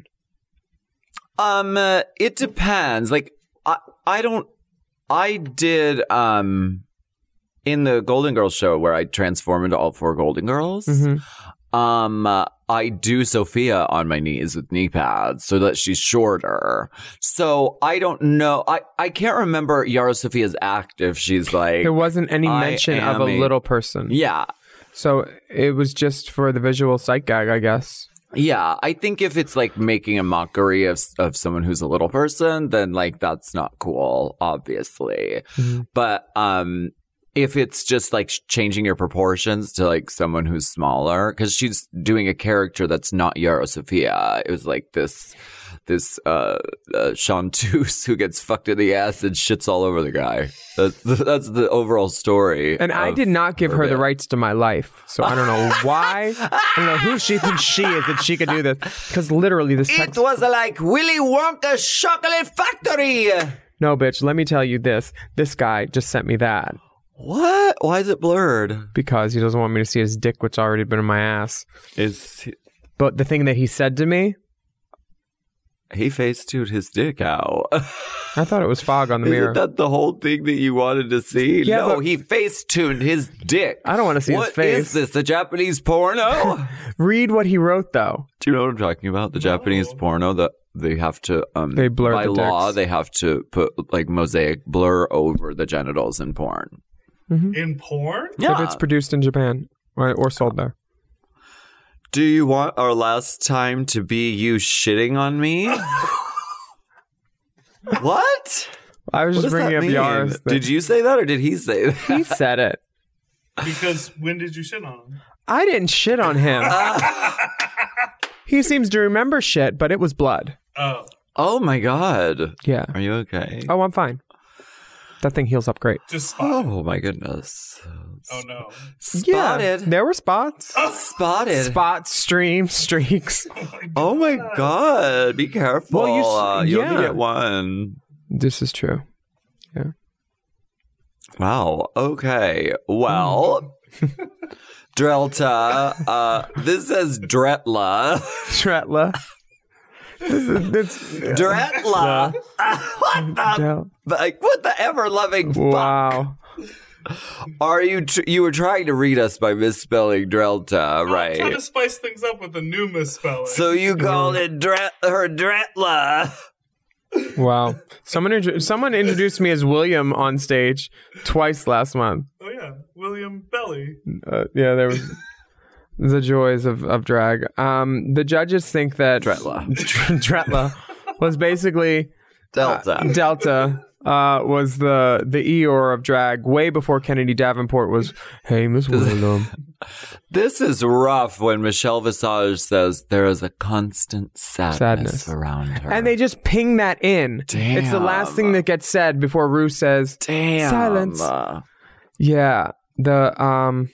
[SPEAKER 3] Um, uh, it depends. Like, I, I don't. I did um, in the Golden Girls show where I transform into all four Golden Girls.
[SPEAKER 9] Mm-hmm.
[SPEAKER 3] Um, uh, I do Sophia on my knees with knee pads so that she's shorter. So I don't know. I I can't remember Yara Sophia's act if she's like.
[SPEAKER 9] There wasn't any
[SPEAKER 3] I
[SPEAKER 9] mention of
[SPEAKER 3] am
[SPEAKER 9] a
[SPEAKER 3] a-
[SPEAKER 9] little person.
[SPEAKER 3] Yeah,
[SPEAKER 9] So it was just for the visual sight gag, I guess.
[SPEAKER 3] Yeah, I think if it's like making a mockery of of someone who's a little person, then like that's not cool, obviously. But um if it's just like changing your proportions to like someone who's smaller cuz she's doing a character that's not Yara Sophia. It was like this this uh, uh Chanteuse who gets fucked in the ass and shits all over the guy. That's that's the overall story.
[SPEAKER 9] And I
[SPEAKER 3] of-
[SPEAKER 9] did not give her the
[SPEAKER 3] bit.
[SPEAKER 9] rights to my life. So I don't know why. I don't know who she thinks she is that she could do this. Because literally, this text.
[SPEAKER 3] It was like Willy Wonka's chocolate factory.
[SPEAKER 9] No, bitch, let me tell you this. This guy just sent me that
[SPEAKER 3] What? Why is it blurred?
[SPEAKER 9] because he doesn't want me to see his dick, which already been in my ass.
[SPEAKER 3] Is
[SPEAKER 9] But the thing that he said to me,
[SPEAKER 3] he face tuned his dick out?
[SPEAKER 9] I thought it was fog on the mirror.
[SPEAKER 3] Isn't that the whole thing that you wanted to see?
[SPEAKER 9] Yeah,
[SPEAKER 3] no,
[SPEAKER 9] but-
[SPEAKER 3] he face tuned his dick.
[SPEAKER 9] I don't wanna see his
[SPEAKER 3] What
[SPEAKER 9] face.
[SPEAKER 3] is this? A Japanese porno?
[SPEAKER 9] Read what he wrote, though.
[SPEAKER 3] Do you know what I'm talking about? The Japanese porno that they have to um
[SPEAKER 9] They blur
[SPEAKER 3] by
[SPEAKER 9] the
[SPEAKER 3] law.
[SPEAKER 9] dicks.
[SPEAKER 3] They have to put like mosaic blur over the genitals in porn.
[SPEAKER 9] Mm-hmm.
[SPEAKER 10] In porn?
[SPEAKER 9] If it's produced in Japan or, or sold there.
[SPEAKER 3] Do you want our last time to be you shitting on me? what?
[SPEAKER 9] I was
[SPEAKER 3] What does
[SPEAKER 9] just
[SPEAKER 3] that
[SPEAKER 9] bringing up
[SPEAKER 3] mean?
[SPEAKER 9] Yara's. thing.
[SPEAKER 3] Did you say that or did he say that?
[SPEAKER 9] He said it.
[SPEAKER 10] Because when did you shit on him?
[SPEAKER 9] I didn't shit on him. he seems to remember shit, but it was blood.
[SPEAKER 10] Oh,
[SPEAKER 3] Oh my god.
[SPEAKER 9] Yeah.
[SPEAKER 3] Are you okay?
[SPEAKER 9] Oh, I'm fine. That thing heals up great.
[SPEAKER 10] just spot.
[SPEAKER 3] Oh my goodness.
[SPEAKER 10] Oh no.
[SPEAKER 9] Yeah,
[SPEAKER 3] Spotted.
[SPEAKER 9] there were spots.
[SPEAKER 3] Spotted.
[SPEAKER 9] Spots, streams, streaks.
[SPEAKER 3] oh my god. Be careful.
[SPEAKER 9] Well, you s-
[SPEAKER 3] uh, you
[SPEAKER 9] yeah.
[SPEAKER 3] only get one.
[SPEAKER 9] This is true.
[SPEAKER 3] Wow. Okay. Well,
[SPEAKER 9] Mm.
[SPEAKER 3] Drelta. Uh, this says Dretla.
[SPEAKER 9] Tretla. This is this.
[SPEAKER 3] Dretla. what the?
[SPEAKER 9] yeah.
[SPEAKER 3] Like what the ever loving
[SPEAKER 9] Wow.
[SPEAKER 3] Are you tr- you were trying to read us by misspelling Drelta,
[SPEAKER 10] I'm trying to
[SPEAKER 3] right?
[SPEAKER 10] spice things up with a new misspelling.
[SPEAKER 3] So you called it Dre- her Dretla.
[SPEAKER 9] Wow. Someone intro- someone introduced me as William on stage twice last month.
[SPEAKER 10] oh yeah, William Belly.
[SPEAKER 9] Uh, yeah, there was the joys of, of drag. Um, the judges think that
[SPEAKER 3] Dretla.
[SPEAKER 9] Tretla was basically
[SPEAKER 3] Delta.
[SPEAKER 9] Delta. Uh, was the the Eeyore of drag way before Kennedy Davenport was? Hey, Miss William.
[SPEAKER 3] this is rough when Michelle Visage says there is a constant sadness,
[SPEAKER 9] Sadness.
[SPEAKER 3] around her.
[SPEAKER 9] And they just ping that in. It's the last
[SPEAKER 3] Damn.
[SPEAKER 9] thing that gets said before Rue says,
[SPEAKER 3] Damn.
[SPEAKER 9] Silence. Yeah, the um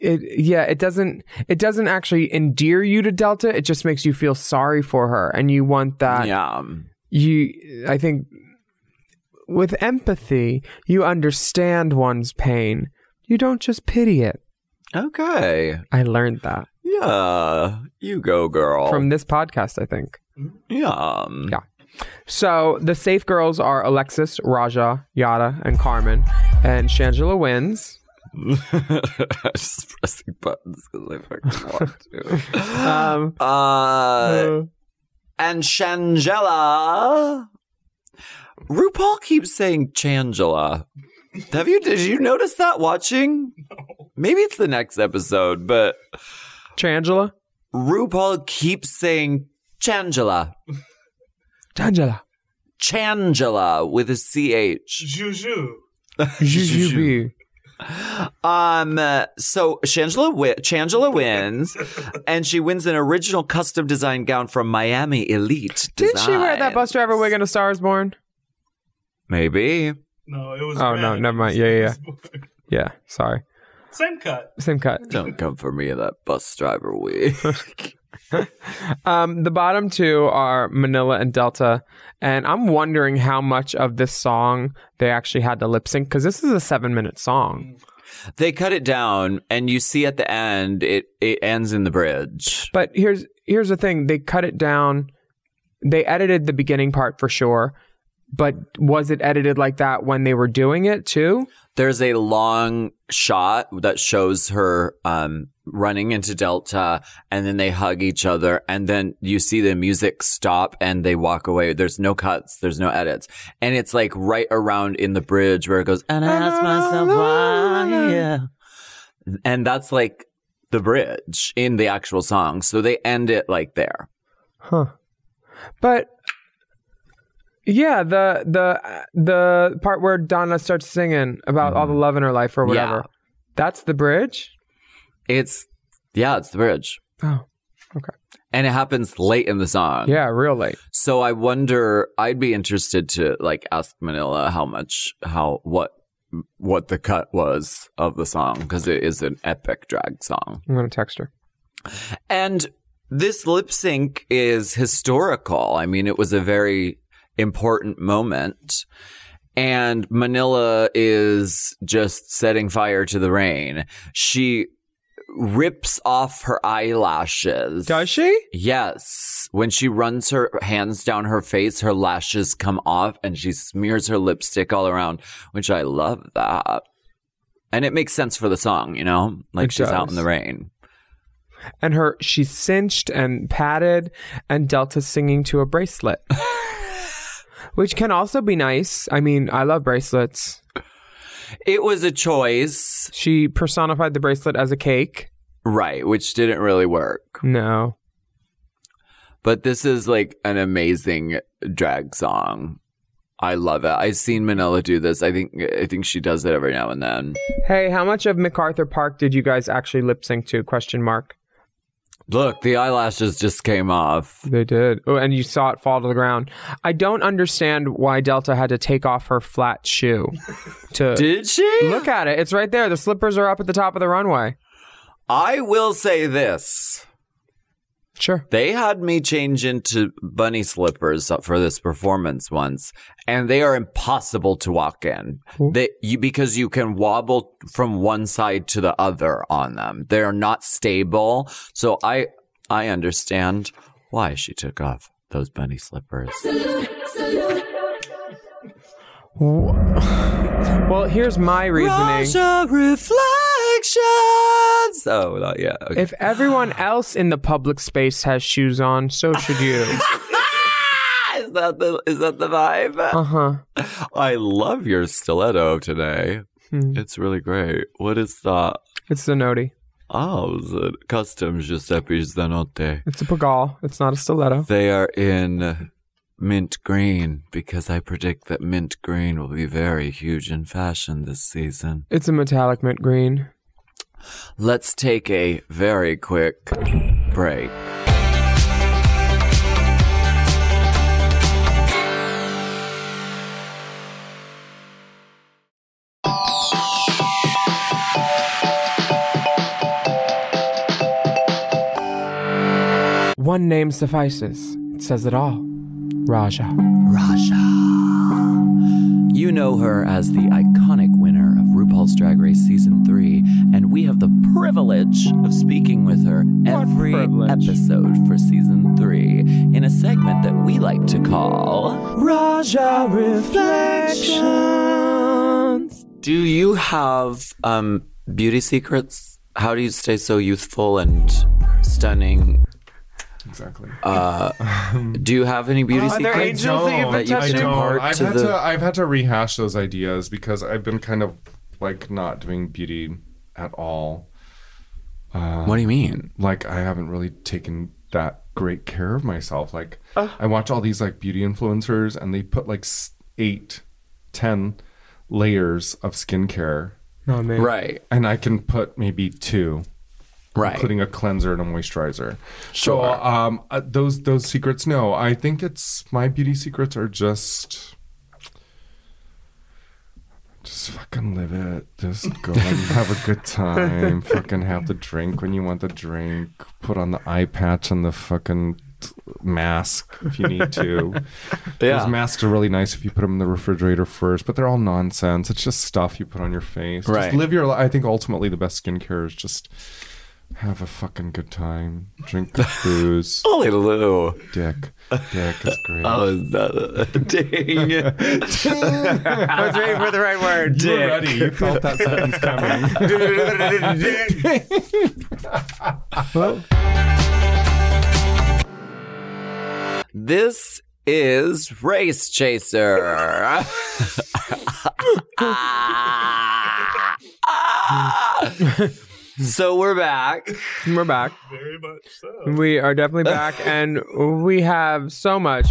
[SPEAKER 9] it yeah, it doesn't it doesn't actually endear you to Delta, it just makes you feel sorry for her and you want that
[SPEAKER 3] yeah.
[SPEAKER 9] you I think with empathy, you understand one's pain. You don't just pity it.
[SPEAKER 3] Okay.
[SPEAKER 9] I learned that
[SPEAKER 3] Yeah. You go, girl.
[SPEAKER 9] from this podcast, I think.
[SPEAKER 3] yeah.
[SPEAKER 9] Yeah. So the safe girls are Alexis, Raja, Yada, and Carmen. And Shangela wins.
[SPEAKER 3] Just pressing buttons because I fucking want to.
[SPEAKER 9] Um,
[SPEAKER 3] Uh,
[SPEAKER 9] uh,
[SPEAKER 3] and Shangela. RuPaul keeps saying Changela. Have you? Did you notice that watching? Maybe it's the next episode, but
[SPEAKER 9] Changela?
[SPEAKER 3] RuPaul keeps saying Changela,
[SPEAKER 9] Changela.
[SPEAKER 3] Changela with a C H.
[SPEAKER 10] Juju.
[SPEAKER 9] Jujube.
[SPEAKER 3] Um. uh, So Shangela, wi- Shangela wins, and she wins an original custom design gown from Miami Elite.
[SPEAKER 9] Did she wear that
[SPEAKER 3] Designs.
[SPEAKER 9] bus driver wig in A Star is Born?
[SPEAKER 3] Maybe.
[SPEAKER 10] No, it was.
[SPEAKER 9] Oh, no,
[SPEAKER 10] red.
[SPEAKER 9] never mind. Yeah, yeah, Yeah, sorry.
[SPEAKER 10] Same cut.
[SPEAKER 9] Same cut.
[SPEAKER 3] Don't come for me, that bus driver wig.
[SPEAKER 9] Um, the bottom two are Manila and Delta. And I'm wondering how much of this song they actually had to lip sync because this is a seven minute song.
[SPEAKER 3] they cut it down, and you see at the end, it it ends in the bridge.
[SPEAKER 9] But here's here's the thing: they cut it down. They edited the beginning part for sure, but was it edited like that when they were doing it too?
[SPEAKER 3] There's a long shot that shows her um, running into Delta, and then they hug each other, and then you see the music stop and they walk away. There's no cuts, there's no edits, and it's like right around in the bridge where it goes. And I ask myself why, yeah. and that's like the bridge in the actual song. So they end it like there.
[SPEAKER 9] But yeah, the the the part where Donna starts singing about all the love in her life or whatever.
[SPEAKER 3] Yeah.
[SPEAKER 9] That's the bridge.
[SPEAKER 3] It's yeah, it's the bridge,
[SPEAKER 9] Oh, okay.
[SPEAKER 3] and it happens late in the song.
[SPEAKER 9] Uh, Yeah, real late.
[SPEAKER 3] So I wonder. I'd be interested to like ask Manila how much, how what, what the cut was of the song because it is an epic drag song,
[SPEAKER 9] I'm gonna text her.
[SPEAKER 3] and this lip sync is historical. I mean, it was a very important moment. And Manila is just setting fire to the rain. She rips off her eyelashes.
[SPEAKER 9] Does she?
[SPEAKER 3] Yes. When she runs her hands down her face, her lashes come off and she smears her lipstick all around, which I love that. And it makes sense for the song, you know? Like
[SPEAKER 9] It
[SPEAKER 3] she's out in
[SPEAKER 9] does.
[SPEAKER 3] the rain.
[SPEAKER 9] And her she's cinched and padded, and Delta's singing to a bracelet, which can also be nice. I mean, I love bracelets.
[SPEAKER 3] It was a choice,
[SPEAKER 9] She personified the bracelet as a cake.
[SPEAKER 3] right, which didn't really work.
[SPEAKER 9] No.
[SPEAKER 3] But this is like an amazing drag song. I love it. I've seen Manila do this. I think I think she does it every now and then.
[SPEAKER 9] Hey, how much of MacArthur Park did you guys actually lip sync to? Question mark.
[SPEAKER 3] Look, the eyelashes just came off.
[SPEAKER 9] They did. Oh, and you saw it fall to the ground. I don't understand why Delta had to take off her flat shoe. To
[SPEAKER 3] Did she?
[SPEAKER 9] look at it, it's right there. The slippers are up at the top of the runway.
[SPEAKER 3] I will say this.
[SPEAKER 9] Sure.
[SPEAKER 3] They had me change into bunny slippers for this performance once, and they are impossible to walk in. They, you, because you can wobble from one side to the other on them. They are not stable. So I, I understand why she took off those bunny slippers.
[SPEAKER 9] Well, here's my reasoning.
[SPEAKER 3] Russia reflections. Oh, not yet. Okay.
[SPEAKER 9] If everyone else in the public space has shoes on, so should you.
[SPEAKER 3] is that the is that the vibe?
[SPEAKER 9] Uh huh.
[SPEAKER 3] I love your stiletto today. It's really great. What is that?
[SPEAKER 9] It's the Nodi.
[SPEAKER 3] Oh, it's a custom Giuseppe Zanotti.
[SPEAKER 9] It's a Pagal. It's not a stiletto.
[SPEAKER 3] They are in mint green because I predict that mint green will be very huge in fashion this season.
[SPEAKER 9] It's a metallic mint green.
[SPEAKER 3] Let's take a very quick break.
[SPEAKER 9] One name suffices. It says it all. Raja.
[SPEAKER 3] You know her as the iconic winner of RuPaul's Drag Race Season 3, and we have the privilege of speaking with her every
[SPEAKER 9] privilege?
[SPEAKER 3] episode for Season 3 in a segment that we like to call Raja Reflections. Do you have um, beauty secrets? How do you stay so youthful and stunning? Uh,
[SPEAKER 10] Exactly.
[SPEAKER 3] Do you have any beauty
[SPEAKER 11] Are there
[SPEAKER 3] secrets
[SPEAKER 11] angels that you've been
[SPEAKER 10] I
[SPEAKER 3] that you can
[SPEAKER 10] don't.
[SPEAKER 11] touching?
[SPEAKER 3] impart
[SPEAKER 10] I've
[SPEAKER 3] to
[SPEAKER 10] had
[SPEAKER 3] the
[SPEAKER 10] to I've had to rehash those ideas because I've been kind of like not doing beauty at all. Um,
[SPEAKER 3] What do you mean?
[SPEAKER 10] Like I haven't really taken that great care of myself. Like
[SPEAKER 9] Uh.
[SPEAKER 10] I watch all these like beauty influencers and they put like s- eight, ten layers of skincare,
[SPEAKER 9] No, man.
[SPEAKER 3] Right,
[SPEAKER 10] and I can put maybe two.
[SPEAKER 3] right.
[SPEAKER 10] including a cleanser and a moisturizer. So um, uh, those those secrets, no, I think it's my beauty secrets are just. Just fucking live it. Just go and have a good time. fucking have the drink when you want the drink. Put on the eye patch and the fucking t- mask if you need to.
[SPEAKER 3] Yeah.
[SPEAKER 10] Those masks are really nice if you put them in the refrigerator first, but they're all nonsense. It's just stuff you put on your face.
[SPEAKER 3] Right.
[SPEAKER 10] Just live your life. I think ultimately the best skincare is just have a fucking good time. Drink good booze.
[SPEAKER 3] Holy Lou.
[SPEAKER 10] Dick. Dick is great.
[SPEAKER 3] Oh, no. dang.
[SPEAKER 11] I was waiting for the right word.
[SPEAKER 10] you were ready. You felt that sentence coming.
[SPEAKER 3] This is Race Chaser. so we're back.
[SPEAKER 9] We're back.
[SPEAKER 12] Very much so.
[SPEAKER 9] We are definitely back, and we have so much.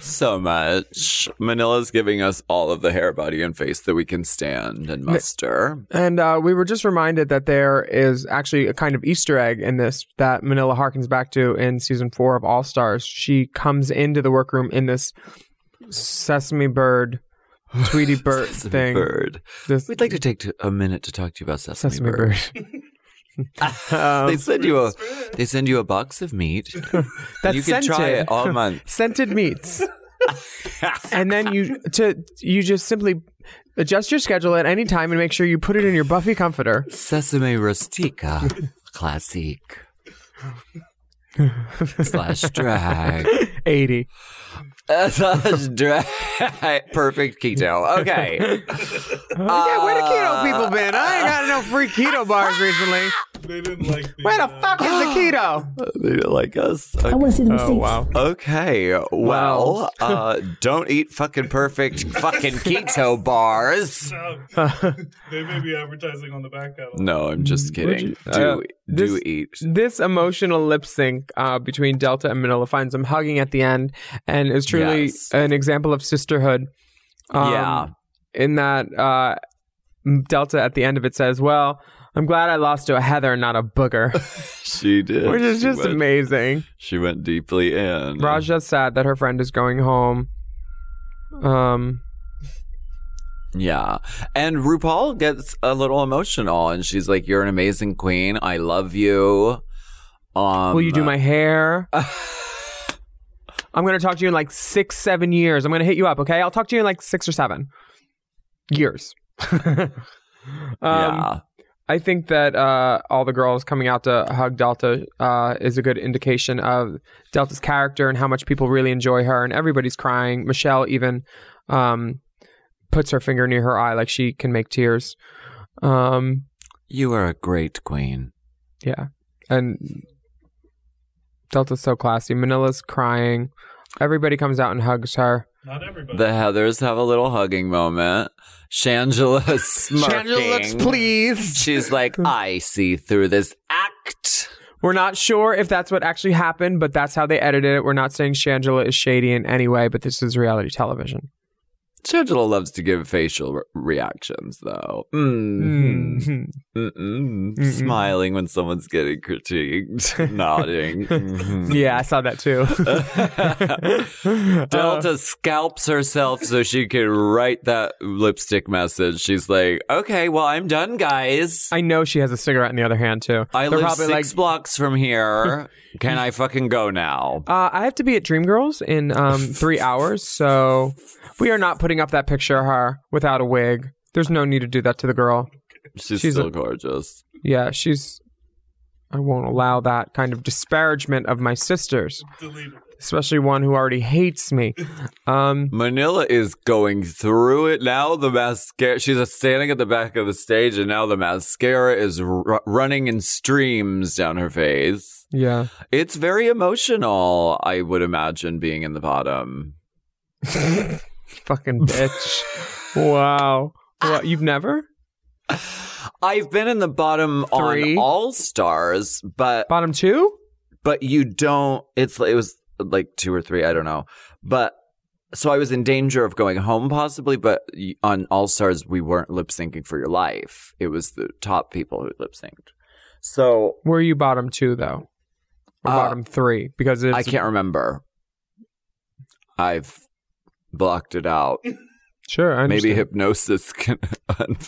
[SPEAKER 3] So much. Manila's giving us all of the hair, body, and face that we can stand and muster.
[SPEAKER 9] And uh, we were just reminded that there is actually a kind of Easter egg in this that Manila harkens back to in season four of All Stars. She comes into the workroom in this sesame bird, Tweety bird
[SPEAKER 3] Sesame
[SPEAKER 9] thing.
[SPEAKER 3] Bird.
[SPEAKER 9] This
[SPEAKER 3] We'd like to take to- a minute to talk to you about Sesame,
[SPEAKER 9] sesame
[SPEAKER 3] Bird.
[SPEAKER 9] bird. Um,
[SPEAKER 3] they send you a they send you a box of meat.
[SPEAKER 9] That's
[SPEAKER 3] you can try
[SPEAKER 9] scented.
[SPEAKER 3] it all month.
[SPEAKER 9] scented meats. and then you to you just simply adjust your schedule at any time and make sure you put it in your Buffy comforter.
[SPEAKER 3] Sesame Rustica Classic slash drag
[SPEAKER 9] Eighty.
[SPEAKER 3] slash drag perfect keto. Okay,
[SPEAKER 9] yeah, where the keto people been? I ain't got no free keto bars recently.
[SPEAKER 12] They didn't like the,
[SPEAKER 9] Where the
[SPEAKER 12] uh,
[SPEAKER 9] fuck is the keto?
[SPEAKER 3] they don't like us. Okay.
[SPEAKER 9] Oh wow.
[SPEAKER 3] Okay, well, uh, don't eat fucking perfect fucking keto bars.
[SPEAKER 12] They may be advertising on the back catalog.
[SPEAKER 3] uh-huh. No, I'm just kidding.
[SPEAKER 9] you-
[SPEAKER 3] do
[SPEAKER 9] uh,
[SPEAKER 3] do
[SPEAKER 9] this-
[SPEAKER 3] eat.
[SPEAKER 9] This emotional lip sync uh, between Delta and Manila finds them hugging at the end and is truly
[SPEAKER 3] Yes.
[SPEAKER 9] an example of sisterhood. Um,
[SPEAKER 3] yeah,
[SPEAKER 9] in that uh, m- Delta at the end of it says, "Well, I'm glad I lost to a heather, not a booger,"
[SPEAKER 3] she did.
[SPEAKER 9] which is
[SPEAKER 3] She Mm.
[SPEAKER 9] just
[SPEAKER 3] went-
[SPEAKER 9] amazing.
[SPEAKER 3] She went deeply in.
[SPEAKER 9] Raja's sad that her friend is going home. Um,
[SPEAKER 3] Yeah. And RuPaul gets a little emotional and she's like, You're an amazing queen. I love you. Um,
[SPEAKER 9] will you do my hair? I'm gonna talk to you in like six, seven years. I'm gonna hit you up, okay? I'll talk to you in like six or seven years. um,
[SPEAKER 3] yeah.
[SPEAKER 9] I think that uh, all the girls coming out to hug Delta uh, is a good indication of Delta's character and how much people really enjoy her, and everybody's crying. Michelle even um, puts her finger near her eye like she can make tears. Um,
[SPEAKER 3] You are a great queen.
[SPEAKER 9] yeah, and Delta's so classy. Manila's crying. Everybody comes out and hugs her.
[SPEAKER 12] Not everybody.
[SPEAKER 3] The Heathers have a little hugging moment. Shangela is smirking.
[SPEAKER 9] pleased.
[SPEAKER 3] She's like, I see through this act.
[SPEAKER 9] We're not sure if that's what actually happened, but that's how they edited it. We're not saying Shangela is shady in any way, but this is reality television.
[SPEAKER 3] Churchill loves to give facial re- reactions, though.
[SPEAKER 9] Mm-hmm.
[SPEAKER 3] Mm. Mm-mm. Smiling when someone's getting critiqued, nodding. Mhm.
[SPEAKER 9] Yeah, I saw that too.
[SPEAKER 3] Delta scalps herself so she can write that lipstick message. She's like, okay, well, I'm done, guys.
[SPEAKER 9] I know she has a cigarette in the other hand too.
[SPEAKER 3] I
[SPEAKER 9] They're
[SPEAKER 3] live
[SPEAKER 9] probably
[SPEAKER 3] six
[SPEAKER 9] like,
[SPEAKER 3] blocks from here. Can I fucking go now?
[SPEAKER 9] Uh, I have to be at Dreamgirls in um, three hours, so we are not putting up that picture of her without a wig. There's no need to do that to the girl.
[SPEAKER 3] She's,
[SPEAKER 9] She's
[SPEAKER 3] still
[SPEAKER 9] a-
[SPEAKER 3] gorgeous.
[SPEAKER 9] Yeah, she's. I won't allow that kind of disparagement of my sisters,
[SPEAKER 10] Deleted.
[SPEAKER 9] especially one who already hates me. Um,
[SPEAKER 3] Manila is going through it now. The mascara. She's uh, standing at the back of the stage, and now the mascara is r- running in streams down her face.
[SPEAKER 9] yeah.
[SPEAKER 3] It's very emotional. I would imagine being in the bottom.
[SPEAKER 9] Fucking bitch. wow. What, you've never?
[SPEAKER 3] I've been in the bottom
[SPEAKER 9] Three.
[SPEAKER 3] on All Stars, but
[SPEAKER 9] Bottom two?
[SPEAKER 3] but you don't. It's it was like two or three. I don't know, but. So I was in danger of going home possibly, but y- on All Stars we weren't lip syncing for your life. It was the top people who lip synced. So
[SPEAKER 9] Were you bottom two, though? Or
[SPEAKER 3] Uh,
[SPEAKER 9] bottom three? Because it's,
[SPEAKER 3] I can't remember. I've blocked it out.
[SPEAKER 9] Sure, I
[SPEAKER 3] Maybe
[SPEAKER 9] understand.
[SPEAKER 3] hypnosis can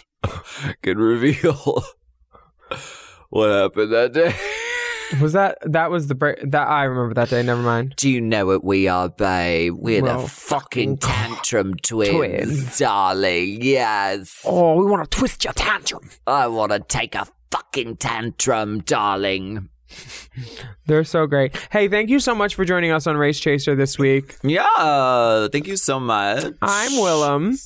[SPEAKER 3] can reveal what happened that day.
[SPEAKER 9] Was that that was the break that I remember that day? Never mind.
[SPEAKER 3] Do you know what we are, babe? We're
[SPEAKER 9] Well,
[SPEAKER 3] the fucking tantrum twins,
[SPEAKER 9] twins.
[SPEAKER 3] darling. Yes.
[SPEAKER 9] Oh, we want to twist your tantrum.
[SPEAKER 3] I want to take a fucking tantrum, darling.
[SPEAKER 9] They're so great. Hey, thank you so much for joining us on Race Chaser this week.
[SPEAKER 3] Yeah. Thank you so much.
[SPEAKER 9] I'm Willem.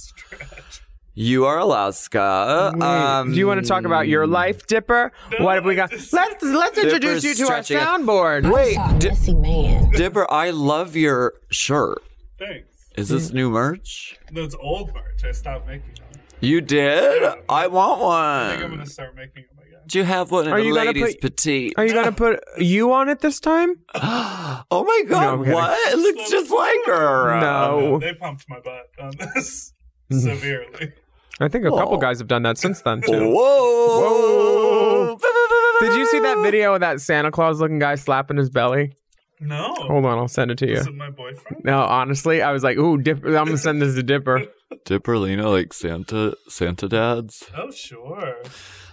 [SPEAKER 3] You are Alaska. Um,
[SPEAKER 9] Do you want to talk about your life, Dipper? What have we got? Let's let's introduce
[SPEAKER 3] Dipper's
[SPEAKER 9] you to our
[SPEAKER 3] stretching it.
[SPEAKER 9] soundboard.
[SPEAKER 3] Wait, Di-
[SPEAKER 13] man.
[SPEAKER 3] Dipper, I love your shirt.
[SPEAKER 10] Thanks.
[SPEAKER 3] Is this new merch?
[SPEAKER 10] That's old merch. I stopped making them.
[SPEAKER 3] You did? I want
[SPEAKER 10] I think I'm
[SPEAKER 3] one.
[SPEAKER 10] gonna start making them again.
[SPEAKER 3] Do you have one in
[SPEAKER 9] Are you
[SPEAKER 3] the
[SPEAKER 9] gonna
[SPEAKER 3] ladies'
[SPEAKER 9] put-
[SPEAKER 3] petite?
[SPEAKER 9] Are you gonna put you on it this time?
[SPEAKER 3] oh my
[SPEAKER 9] No,
[SPEAKER 3] god,
[SPEAKER 9] I'm kidding.
[SPEAKER 3] what? It looks just like her.
[SPEAKER 10] No,
[SPEAKER 9] No,
[SPEAKER 10] They pumped my butt on this severely.
[SPEAKER 9] I think a couple
[SPEAKER 3] Aw.
[SPEAKER 9] guys have done that since then too.
[SPEAKER 3] Whoa.
[SPEAKER 9] Did you see that video of that Santa Claus looking guy slapping his belly?
[SPEAKER 10] No.
[SPEAKER 3] Oh,
[SPEAKER 9] Hold on, I'll send it to you.
[SPEAKER 10] Is it my boyfriend?
[SPEAKER 9] No, honestly, I was like, ooh, Dipper, I'm gonna send this to Dipper.
[SPEAKER 3] Dipperlina like Santa Santa dads?
[SPEAKER 10] Oh, sure.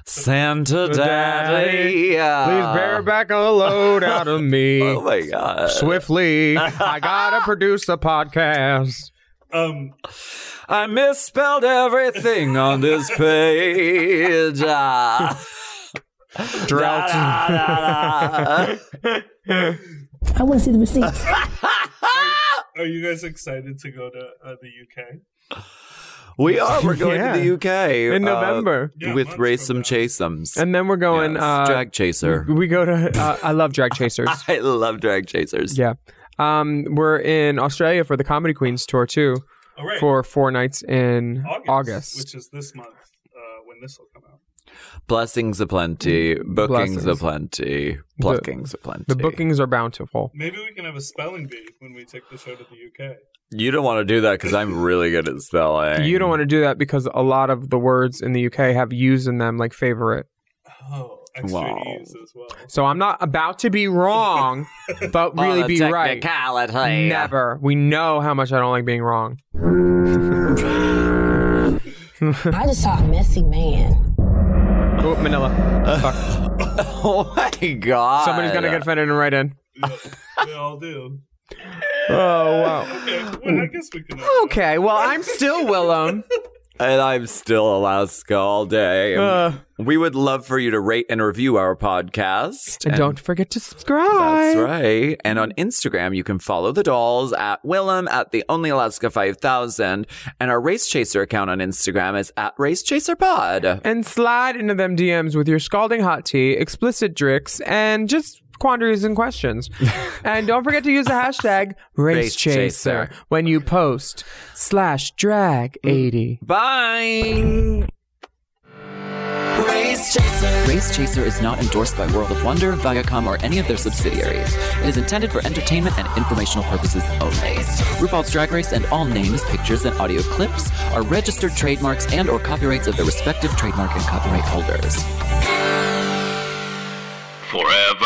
[SPEAKER 3] Santa daddy.
[SPEAKER 9] Daddy. Please
[SPEAKER 3] Uh.
[SPEAKER 9] bear back a load out of me.
[SPEAKER 3] Oh my god.
[SPEAKER 9] Swiftly, I gotta produce a podcast.
[SPEAKER 10] Um,
[SPEAKER 3] I misspelled everything on this page. Ah.
[SPEAKER 9] Drought.
[SPEAKER 3] Da, da, da, da.
[SPEAKER 13] I want to see the receipts.
[SPEAKER 10] are you guys excited to go to uh, the UK?
[SPEAKER 3] we are. We're going
[SPEAKER 9] Yeah.
[SPEAKER 3] to the UK
[SPEAKER 9] In
[SPEAKER 3] uh,
[SPEAKER 9] November.
[SPEAKER 10] Yeah,
[SPEAKER 3] with
[SPEAKER 10] months
[SPEAKER 3] Race
[SPEAKER 10] from
[SPEAKER 3] Some
[SPEAKER 10] now.
[SPEAKER 3] Chaseums.
[SPEAKER 9] And then we're going.
[SPEAKER 3] Yes,
[SPEAKER 9] uh,
[SPEAKER 3] drag chaser.
[SPEAKER 9] We go to. Uh, I love drag chasers.
[SPEAKER 3] I love drag chasers.
[SPEAKER 9] yeah. Um, we're in Australia for the Comedy Queens tour too
[SPEAKER 10] All Oh, right.
[SPEAKER 9] for four nights in August.
[SPEAKER 10] which is this month uh, when this will come out.
[SPEAKER 3] Blessings aplenty, bookings
[SPEAKER 9] Blessings.
[SPEAKER 3] aplenty, pluckings aplenty.
[SPEAKER 9] the bookings are bountiful.
[SPEAKER 10] Maybe we can have a spelling bee when we take the show to the UK.
[SPEAKER 3] You don't want to do that because I'm really good at spelling.
[SPEAKER 9] You don't want to do that because a lot of the words in the UK have "use" in them, like favorite.
[SPEAKER 10] Oh, extra
[SPEAKER 3] Wow.
[SPEAKER 10] news as well.
[SPEAKER 9] So I'm not about to be wrong, but really be right.
[SPEAKER 3] Technicality.
[SPEAKER 9] Never. We know how much I don't like being wrong.
[SPEAKER 13] I just saw a messy man.
[SPEAKER 9] Oh, Manila.
[SPEAKER 3] Oh my god.
[SPEAKER 9] Somebody's gonna get offended and write in.
[SPEAKER 10] They all do.
[SPEAKER 9] Oh wow.
[SPEAKER 10] Okay, well, I guess we can.
[SPEAKER 9] Okay. Well, I'm still Willem.
[SPEAKER 3] And I'm still Alaska all day.
[SPEAKER 9] Uh.
[SPEAKER 3] we would love for you to rate and review our podcast.
[SPEAKER 9] And don't forget to subscribe.
[SPEAKER 3] That's right. And on Instagram, you can follow the dolls at Willem at the Only Alaska 5000. And our Race Chaser account on Instagram is at Race Chaser Pod.
[SPEAKER 9] And slide into them DMs with your scalding hot tea, explicit dricks, and just quandaries and questions. and don't forget to use the hashtag
[SPEAKER 3] Race
[SPEAKER 9] RaceChaser
[SPEAKER 3] Chaser.
[SPEAKER 9] when you post Mm. slash drag 80.
[SPEAKER 3] Bye.
[SPEAKER 2] Raise
[SPEAKER 14] Race Chaser.
[SPEAKER 3] Race Chaser is not endorsed by World of Wonder, Viacom, or any of their subsidiaries. It is intended for entertainment and informational purposes only. RuPaul's Drag Race and all names, pictures, and audio clips are registered trademarks and or copyrights of their respective trademark and copyright holders.
[SPEAKER 15] Forever.